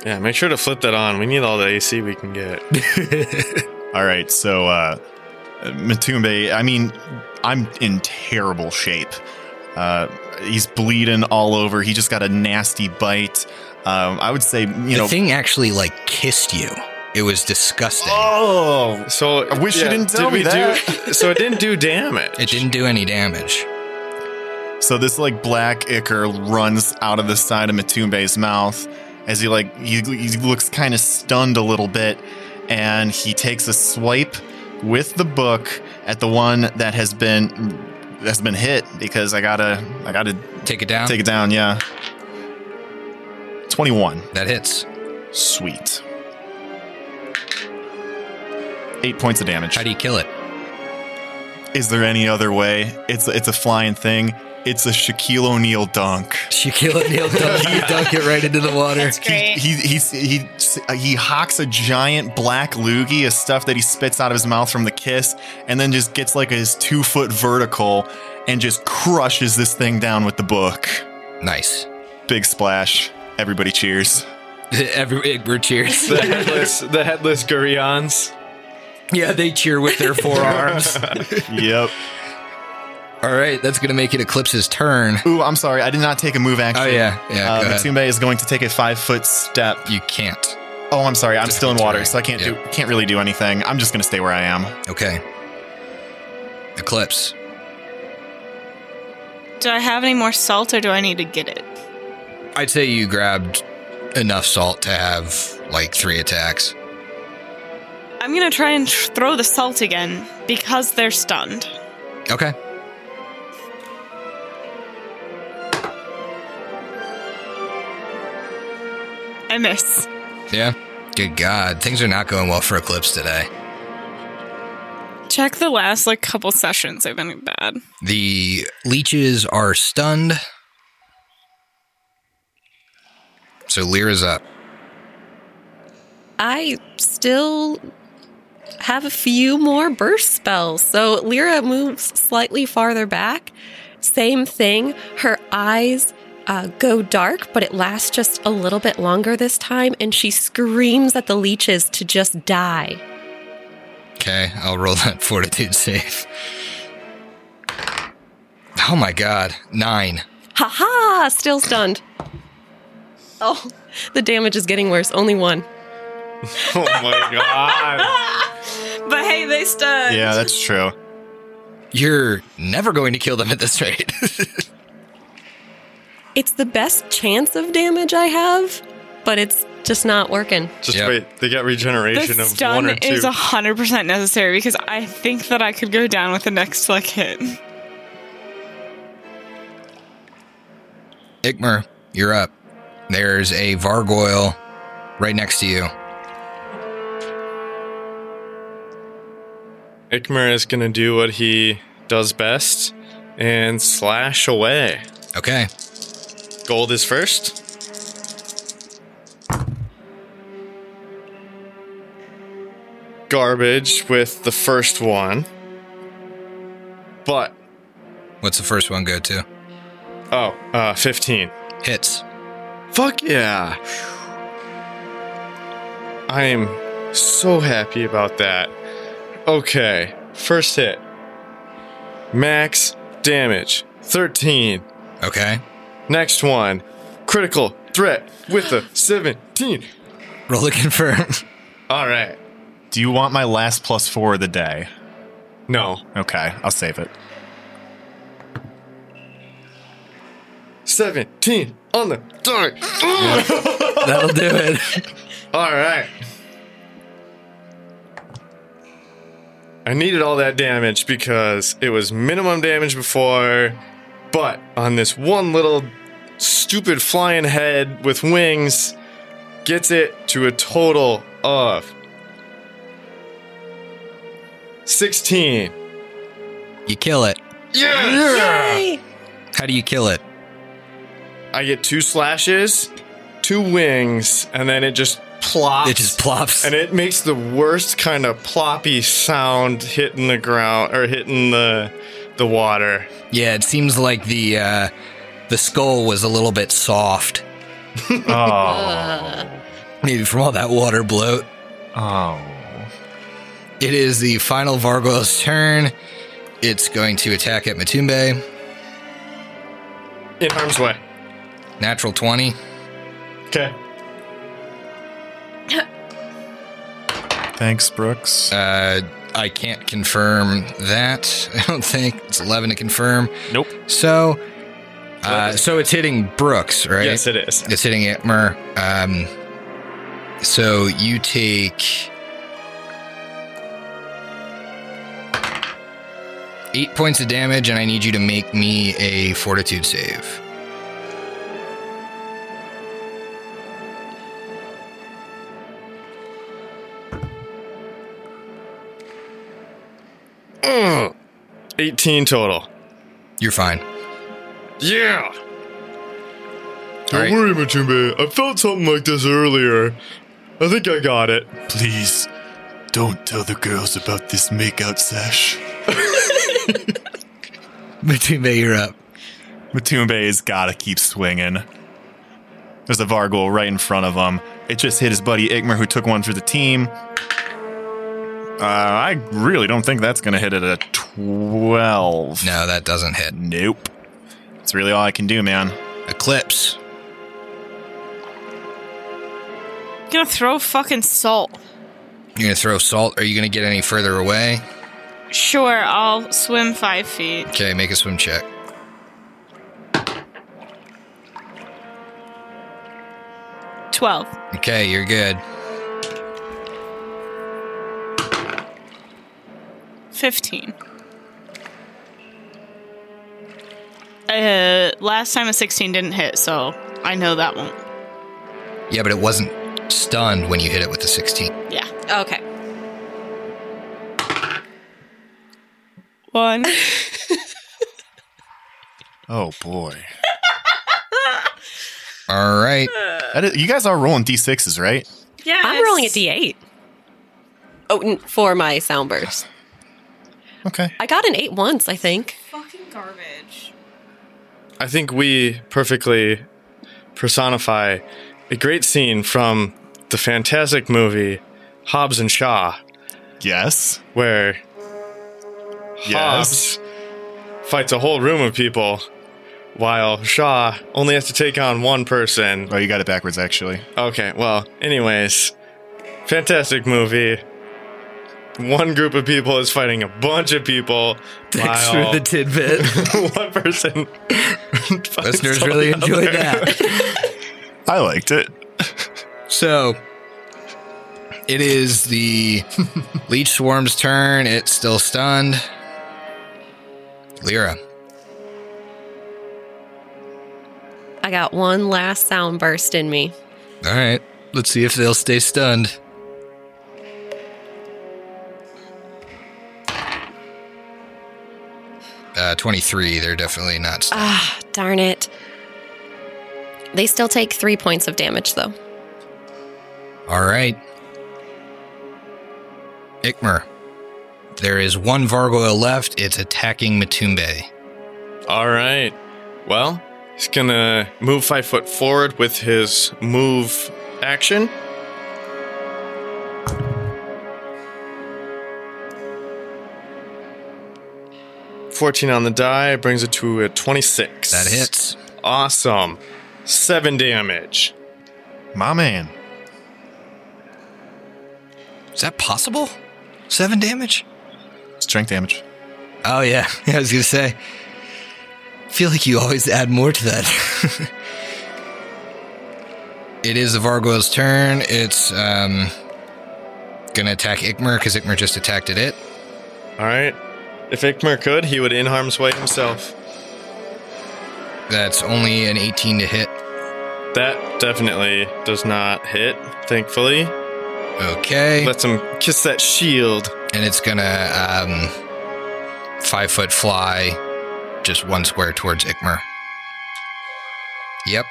D: Yeah, make sure to flip that on. We need all the AC we can get.
C: All right, so uh, Matumbe, I mean, I'm in terrible shape. Uh, he's bleeding all over. He just got a nasty bite. Um, I would say, you
A: the
C: know,
A: thing actually like kissed you. It was disgusting.
C: oh,
D: So
C: I wish you didn't tell me
D: did we Do, so it didn't do damage.
A: It didn't do any damage.
C: So this like black ichor runs out of the side of Matumbe's mouth as he like he, he looks kind of stunned a little bit, and he takes a swipe with the book at the one that has been that's been hit because I gotta I gotta
A: Take it down.
C: take it down. Yeah, twenty one.
A: that hits.
C: Sweet. Eight points of damage.
A: How do you kill it?
C: Is there any other way? It's it's a flying thing. It's a Shaquille O'Neal dunk.
A: Shaquille O'Neal dunk, you dunk it right into the water.
E: That's great.
C: He he he he, he hawks a giant black loogie of stuff that he spits out of his mouth from the kiss, and then just gets like his two foot vertical and just crushes this thing down with the book.
A: Nice.
C: Big splash. Everybody cheers.
A: Every, we're cheers.
D: The headless, the headless Gurions.
A: yeah, they cheer with their forearms.
C: yep.
A: All right, that's going to make it Eclipse's turn.
C: Ooh, I'm sorry. I did not take a move action.
A: Oh, yeah. Yeah,
C: Uh,
A: go ahead.
C: Matumbe is going to take a five foot step.
A: You can't.
C: Oh, I'm sorry. I'm still in water,
A: Right.
C: so I can't
A: Yeah.
C: do can't really do anything. I'm just gonna stay where I am.
A: Okay. Eclipse.
E: Do I have any more salt or do I need to get it?
A: I'd say you grabbed enough salt to have like three attacks.
E: I'm gonna try and tr- throw the salt again because they're stunned.
A: Okay.
E: I miss.
A: Yeah. Good God. Things are not going well for Eclipse today.
E: Check the last like couple sessions. I've been bad.
A: The leeches are stunned. So Lyra's up.
F: I still have a few more burst spells. So Lyra moves slightly farther back. Same thing. Her eyes uh, go dark, but it lasts just a little bit longer this time, and she screams at the leeches to just die.
A: Okay, I'll roll that fortitude save. Oh my god, nine.
F: Ha ha! Still stunned. Oh, the damage is getting worse. Only one.
D: Oh my god!
E: But hey, they stunned.
C: Yeah, that's true.
A: You're never going to kill them at this rate.
F: It's the best chance of damage I have, but it's just not working.
D: Just
A: Yep.
D: wait. They got regeneration
E: The
D: of one
E: stun
D: or two.
E: is hundred percent necessary because I think that I could go down with the next like hit.
A: Ikmer, you're up. There's a Vargoyle right next to you.
D: Ikmer is gonna do what he does best and slash away.
A: Okay,
D: Gold is first. Garbage with the first one. But,
A: what's the first one go to?
D: oh, uh, 15.
A: Hits.
D: Fuck yeah. I am so happy about that. Okay, first hit. Max damage 13.
A: Okay,
D: Next one. Critical threat with a 17.
A: roll to confirm.
D: All right.
C: Do you want my last plus four of the day?
D: No.
C: Okay, I'll save it.
D: 17 on the dart.
A: That'll do it.
D: All right. I needed all that damage because it was minimum damage before, but on this one little stupid flying head with wings, gets it to a total of 16.
A: You kill it.
D: Yes!
F: Yay!
A: How do you kill it?
D: I get two slashes, two wings, and then it just plops.
A: It just plops.
D: and it makes the worst kind of ploppy sound hitting the ground or hitting the the water.
A: yeah, it seems like the uh, the skull was a little bit soft,
C: Oh.
A: maybe from all that water bloat.
C: oh.
A: It is the final Vargo's turn. It's going to attack at Matumbe.
D: In harm's way.
A: Natural 20.
D: Okay.
C: Thanks, Brooks.
A: Uh, I can't confirm that. I don't think it's 11 to confirm.
C: Nope.
A: So, uh, so it's hitting Brooks, right?
D: Yes, it is.
A: It's hitting Itmer. Um, so you take eight points of damage, and I need you to make me a fortitude save.
D: Mm. 18 total.
A: You're fine.
D: Yeah.
A: All
D: Don't
A: right.
D: worry, Matumbe. I felt something like this earlier. I think I got it.
C: Please don't tell the girls about this makeout sesh.
A: Matumbe, you're up.
C: Matumbe's gotta keep swinging. There's a Vargol right in front of him. It just hit his buddy Igmer, who took one for the team. Uh, I really don't think that's gonna hit at a 12.
A: No, that doesn't hit.
C: Nope. That's really all I can do, man.
A: Eclipse.
E: I'm gonna throw fucking salt.
A: You're going to throw salt. Are you going to get any further away?
E: Sure, I'll swim five feet.
A: Okay, make a swim check.
E: Twelve.
A: Okay, you're good.
E: 15. Uh, last time a 16 didn't hit, so I know that won't.
A: Yeah, but it wasn't stunned when you hit it with the 16.
E: Yeah.
F: Okay.
E: One.
C: Oh boy.
A: All right.
C: That is, you guys are rolling d6s, right?
E: yeah.
F: I'm rolling a D8. Oh, n- for my sound burst.
C: Okay.
F: I got an 8 once, I think.
E: Fucking garbage.
D: I think we perfectly personify a great scene from the fantastic movie Hobbs and Shaw,
C: Yes.
D: where
C: Yes.
D: Hobbs fights a whole room of people while Shaw only has to take on one person.
C: Oh, you got it backwards, actually.
D: Okay, well, anyways, fantastic movie. One group of people is fighting a bunch of people. while
A: tidbit.
D: one person. fights
A: Listeners
D: all
A: really
D: the
A: enjoyed
D: other.
A: that.
C: I liked it.
A: So it is the leech swarm's turn. It's still stunned. Lyra.
F: I got one last sound burst in me.
A: All right. Let's see if they'll stay stunned. Uh, 23. They're definitely not stunned.
F: Ah, darn it. They still take three points of damage, though.
A: All right. Ikmer. There is one Vargoyle left. It's attacking Matumbe.
D: All right. Well, he's gonna move five foot forward with his move action. Fourteen on the die brings it to a twenty-six.
A: That hits.
D: Awesome. Seven damage.
C: My man.
A: Is that possible? Seven damage?
C: Strength damage.
A: Oh, yeah. yeah I was going to say. I feel like you always add more to that. it is the Vargo's turn. It's um, going to attack Ikmer because Ikmer just attacked at it.
D: All right. If Ikmer could, he would in harm's way himself.
A: That's only an 18 to hit.
D: That definitely does not hit, thankfully.
A: Okay.
D: Let's him kiss that shield.
A: and it's going to um, five foot fly just one square towards Ikmer. Yep.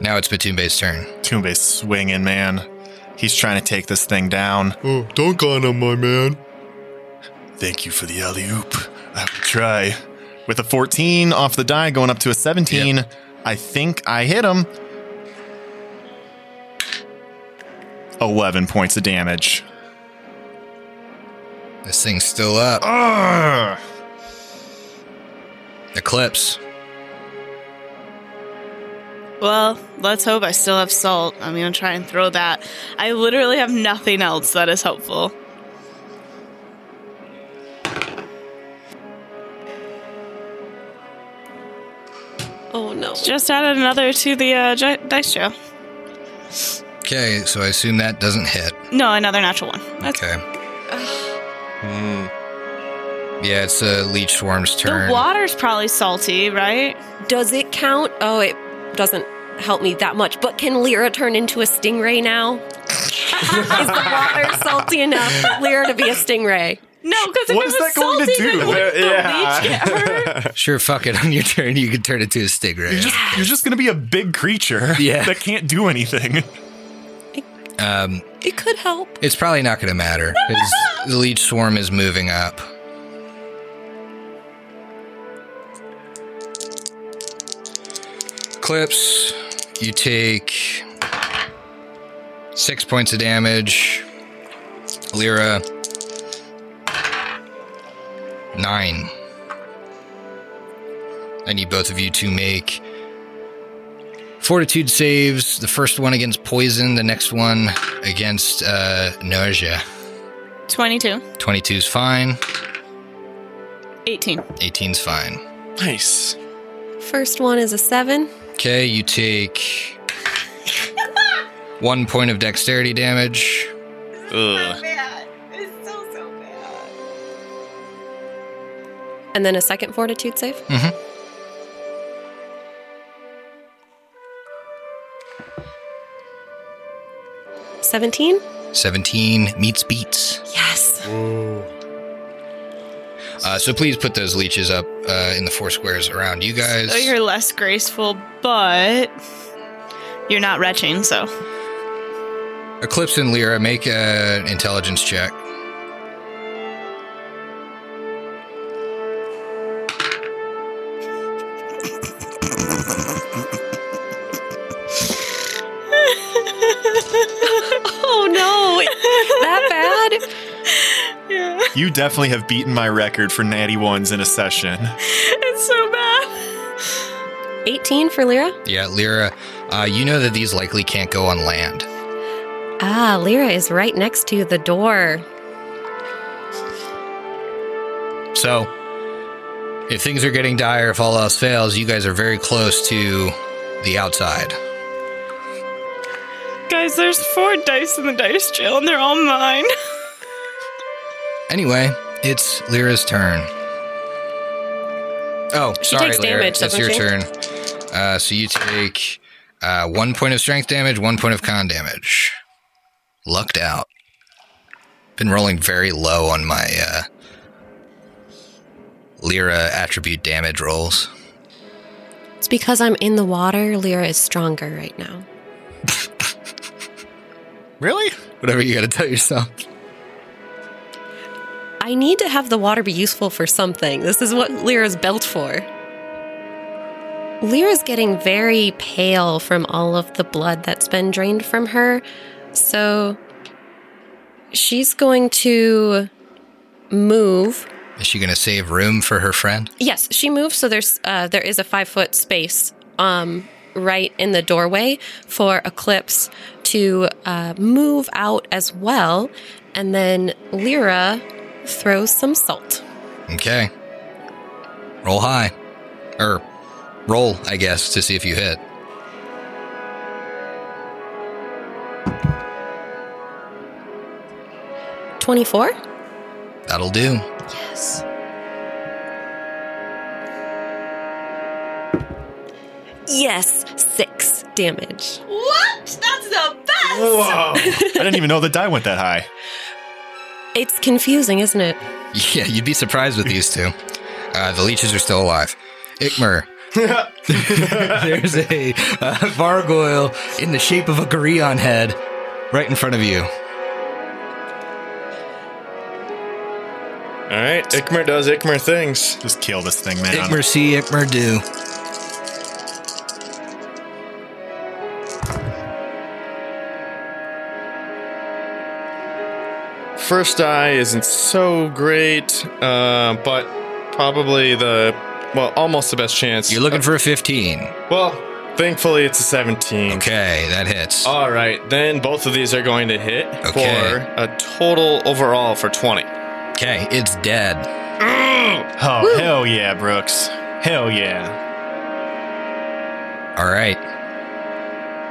A: Now it's Batumbe's turn.
C: Toombe's swinging, man. He's trying to take this thing down.
D: Oh, don't climb on my man.
C: Thank you for the alley oop. I will try. With a 14 off the die, going up to a 17. I think I hit him. 11 points of damage.
A: This thing's still up.
E: Oh.
C: Ugh.
A: Eclipse.
E: Well, let's hope I still have salt. I'm gonna try and throw that. I literally have nothing else that is helpful.
F: Oh no.
E: Just add another to the uh, gi- dice show.
A: Okay, so I assume that doesn't hit.
E: No, another natural one. That's
A: Okay. Hmm. Yeah, it's a leech swarm's turn.
E: the water's probably salty, right?
F: Does it count? Oh, it doesn't help me that much. But can Lyra turn into a stingray now? Is the water salty enough for Lyra to be a stingray?
E: No, because if
C: What
E: it
C: is that
E: was
C: going to
E: salty,
C: do?
E: then wouldn't the
D: Yeah.
E: leech get hurt?
A: Sure, fuck it. On your turn, you can turn it to a stingray.
C: You're just, you're just gonna be a big creature
A: Yeah.
C: that can't do anything.
A: Um,
F: It could help.
A: it's probably not going to matter because the leech swarm is moving up. Eclipse, you take six points of damage. Lyra, nine. I need both of you to make fortitude saves. The first one against poison, the next one against uh, nausea.
E: 22,
A: 22 is fine,
E: 18.
A: 18 is fine.
D: Nice.
F: First one is a seven.
A: Okay, you take one point of dexterity damage.
D: Ugh.
E: Oh,
F: And then a second fortitude save.
C: Mm-hmm.
F: Seventeen.
A: 17 meets beats.
F: Yes.
A: Uh, so please put those leeches up uh, in the four squares around you guys.
E: So you're less graceful, but you're not retching, so.
A: Eclipse and Lyra, make an intelligence check.
F: Oh no! that bad?
E: Yeah,
C: You definitely have beaten my record for natty ones in a session.
E: it's so bad.
F: Eighteen for Lyra.
A: Yeah, Lyra, uh, you know that these likely can't go on land.
F: Ah, Lyra is right next to the door.
A: So if things are getting dire, if all else fails, you guys are very close to the outside.
E: Guys, there's four dice in the dice jail, and they're all mine.
A: Anyway, it's Lyra's turn. Oh,
F: She
A: sorry,
F: takes
A: Lyra.
F: damage,
A: it's
F: doesn't
A: your
F: she?
A: turn. Uh, so you take uh, one point of strength damage, one point of con damage. Lucked out. Been rolling very low on my uh, Lyra attribute damage rolls.
F: It's because I'm in the water. Lyra is stronger right now.
C: Really?
A: Whatever you got to tell yourself.
F: I need to have the water be useful for something. This is what Lyra's built for. Lyra's getting very pale from all of the blood that's been drained from her. So she's going to move.
A: Is she going to save room for her friend?
F: Yes, she moves. So there's uh, there is a five foot space um, right in the doorway for Eclipse to uh, move out as well. And then Lyra throws some salt.
A: Okay. Roll high. Or roll, I guess, to see if you hit.
F: Twenty-four.
A: That'll do.
F: Yes. Yes, six damage.
E: What? That's the best.
D: Whoa.
C: I didn't even know the die went that high.
F: It's confusing, isn't it?
A: Yeah, you'd be surprised with these two. Uh, the leeches are still alive. Ikmer. There's a uh, gargoyle in the shape of a Gurion head right in front of you.
D: All right, Ikmer does Ikmer things.
C: Just kill this thing, man.
A: Ikmer see, Ikmer do.
D: First eye isn't so great, uh, but probably the well, almost the best chance.
A: You're looking for a 15.
D: well. Thankfully, it's a seventeen.
A: Okay, that hits.
D: All right, then both of these are going to hit
A: Okay.
D: for a total overall for twenty.
A: Okay, it's dead.
C: Oh, hell yeah, Brooks. Hell yeah.
A: All right.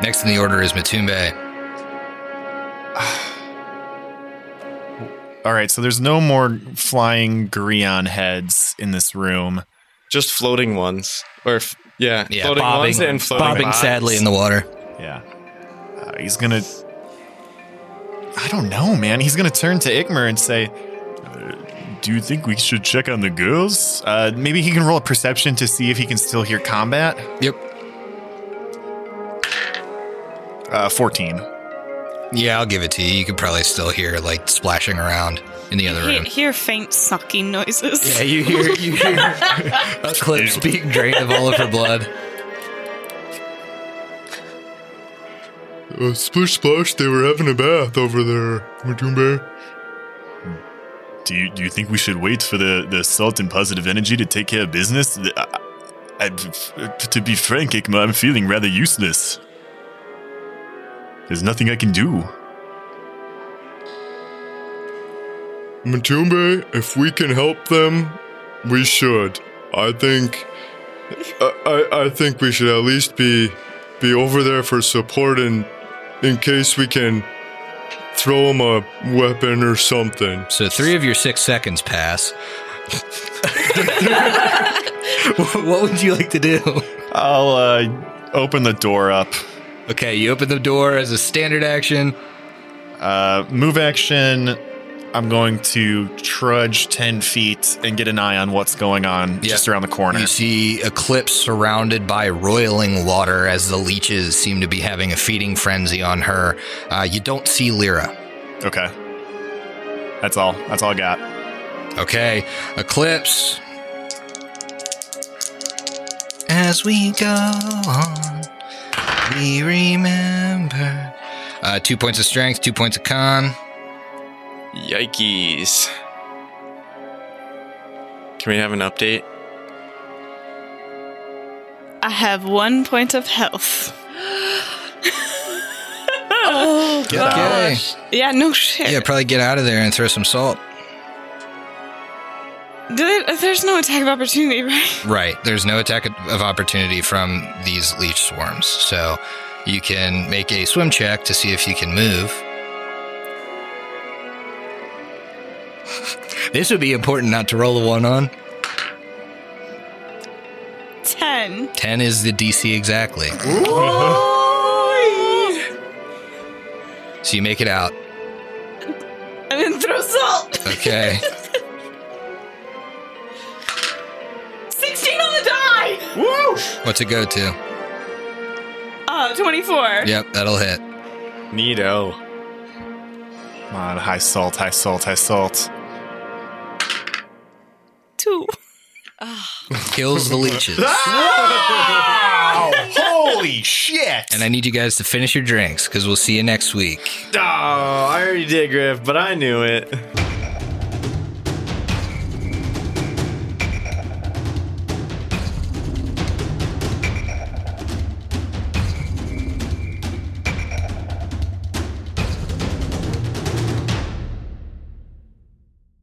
A: Next in the order is Matumbe.
C: All right, so there's no more flying Grion heads in this room.
D: Just floating ones, or f- yeah,
A: Yeah,
D: floating
A: bobbing,
D: ones and floating
A: bobbing
D: bots.
A: sadly in the water.
C: Yeah. Uh, he's going to. I don't know, man. He's going to turn to Ikmer and say, "Uh, Do you think we should check on the girls? Uh, maybe he can roll a perception to see if he can still hear combat.
A: Yep.
C: Uh, 14.
A: Yeah, I'll give it to you. You could probably still hear like splashing around in the other
E: Hear,
A: room.
E: hear faint sucking noises.
A: Yeah, you hear you hear a clip being drained of all of her blood.
B: Uh, splish splash, they were having a bath over there, Matumbe.
C: Do you, do you think we should wait for the, the salt and positive energy to take care of business? The- I, I- to be frank, Ikma, I'm feeling rather useless. There's nothing I can do.
B: Matumbe, if we can help them, we should. I think, I, I, I think we should at least be, be over there for support, and in case we can, throw them a weapon or something.
A: So three of your six seconds pass. what would you like to do?
C: I'll uh, open the door up.
A: Okay, you open the door as a standard action.
C: Uh, move action. I'm going to trudge 10 feet and get an eye on what's going on just around the corner.
A: You see Eclipse surrounded by roiling water as the leeches seem to be having a feeding frenzy on her. Uh, you don't see Lyra.
C: Okay. That's all. That's all I got.
A: Okay, Eclipse. As we go on, we remember. Uh, two points of strength, two points of con.
D: Yikes! Can we have an update?
E: I have one point of health.
F: Oh,
C: Get out.
A: okay.
E: Yeah, no shit.
A: Yeah, probably get out of there and throw some salt.
E: Do they- there's no attack of opportunity, right?
A: Right. There's no attack of opportunity from these leech swarms. So you can make a swim check to see if you can move. this would be important not to roll a one on.
E: Ten.
A: 10 is the DC exactly. So you make it out.
E: And then throw salt.
A: Okay.
E: Sixteen on the die.
A: What's it go to?
E: Oh, 24.
A: Yep, that'll hit.
D: Neato.
C: Come on, high salt, high salt, high salt.
E: Two.
A: Kills the leeches.
C: Wow! Holy shit!
A: And I need you guys to finish your drinks because we'll see you next week.
D: Oh, I already did, Griff, but I knew it.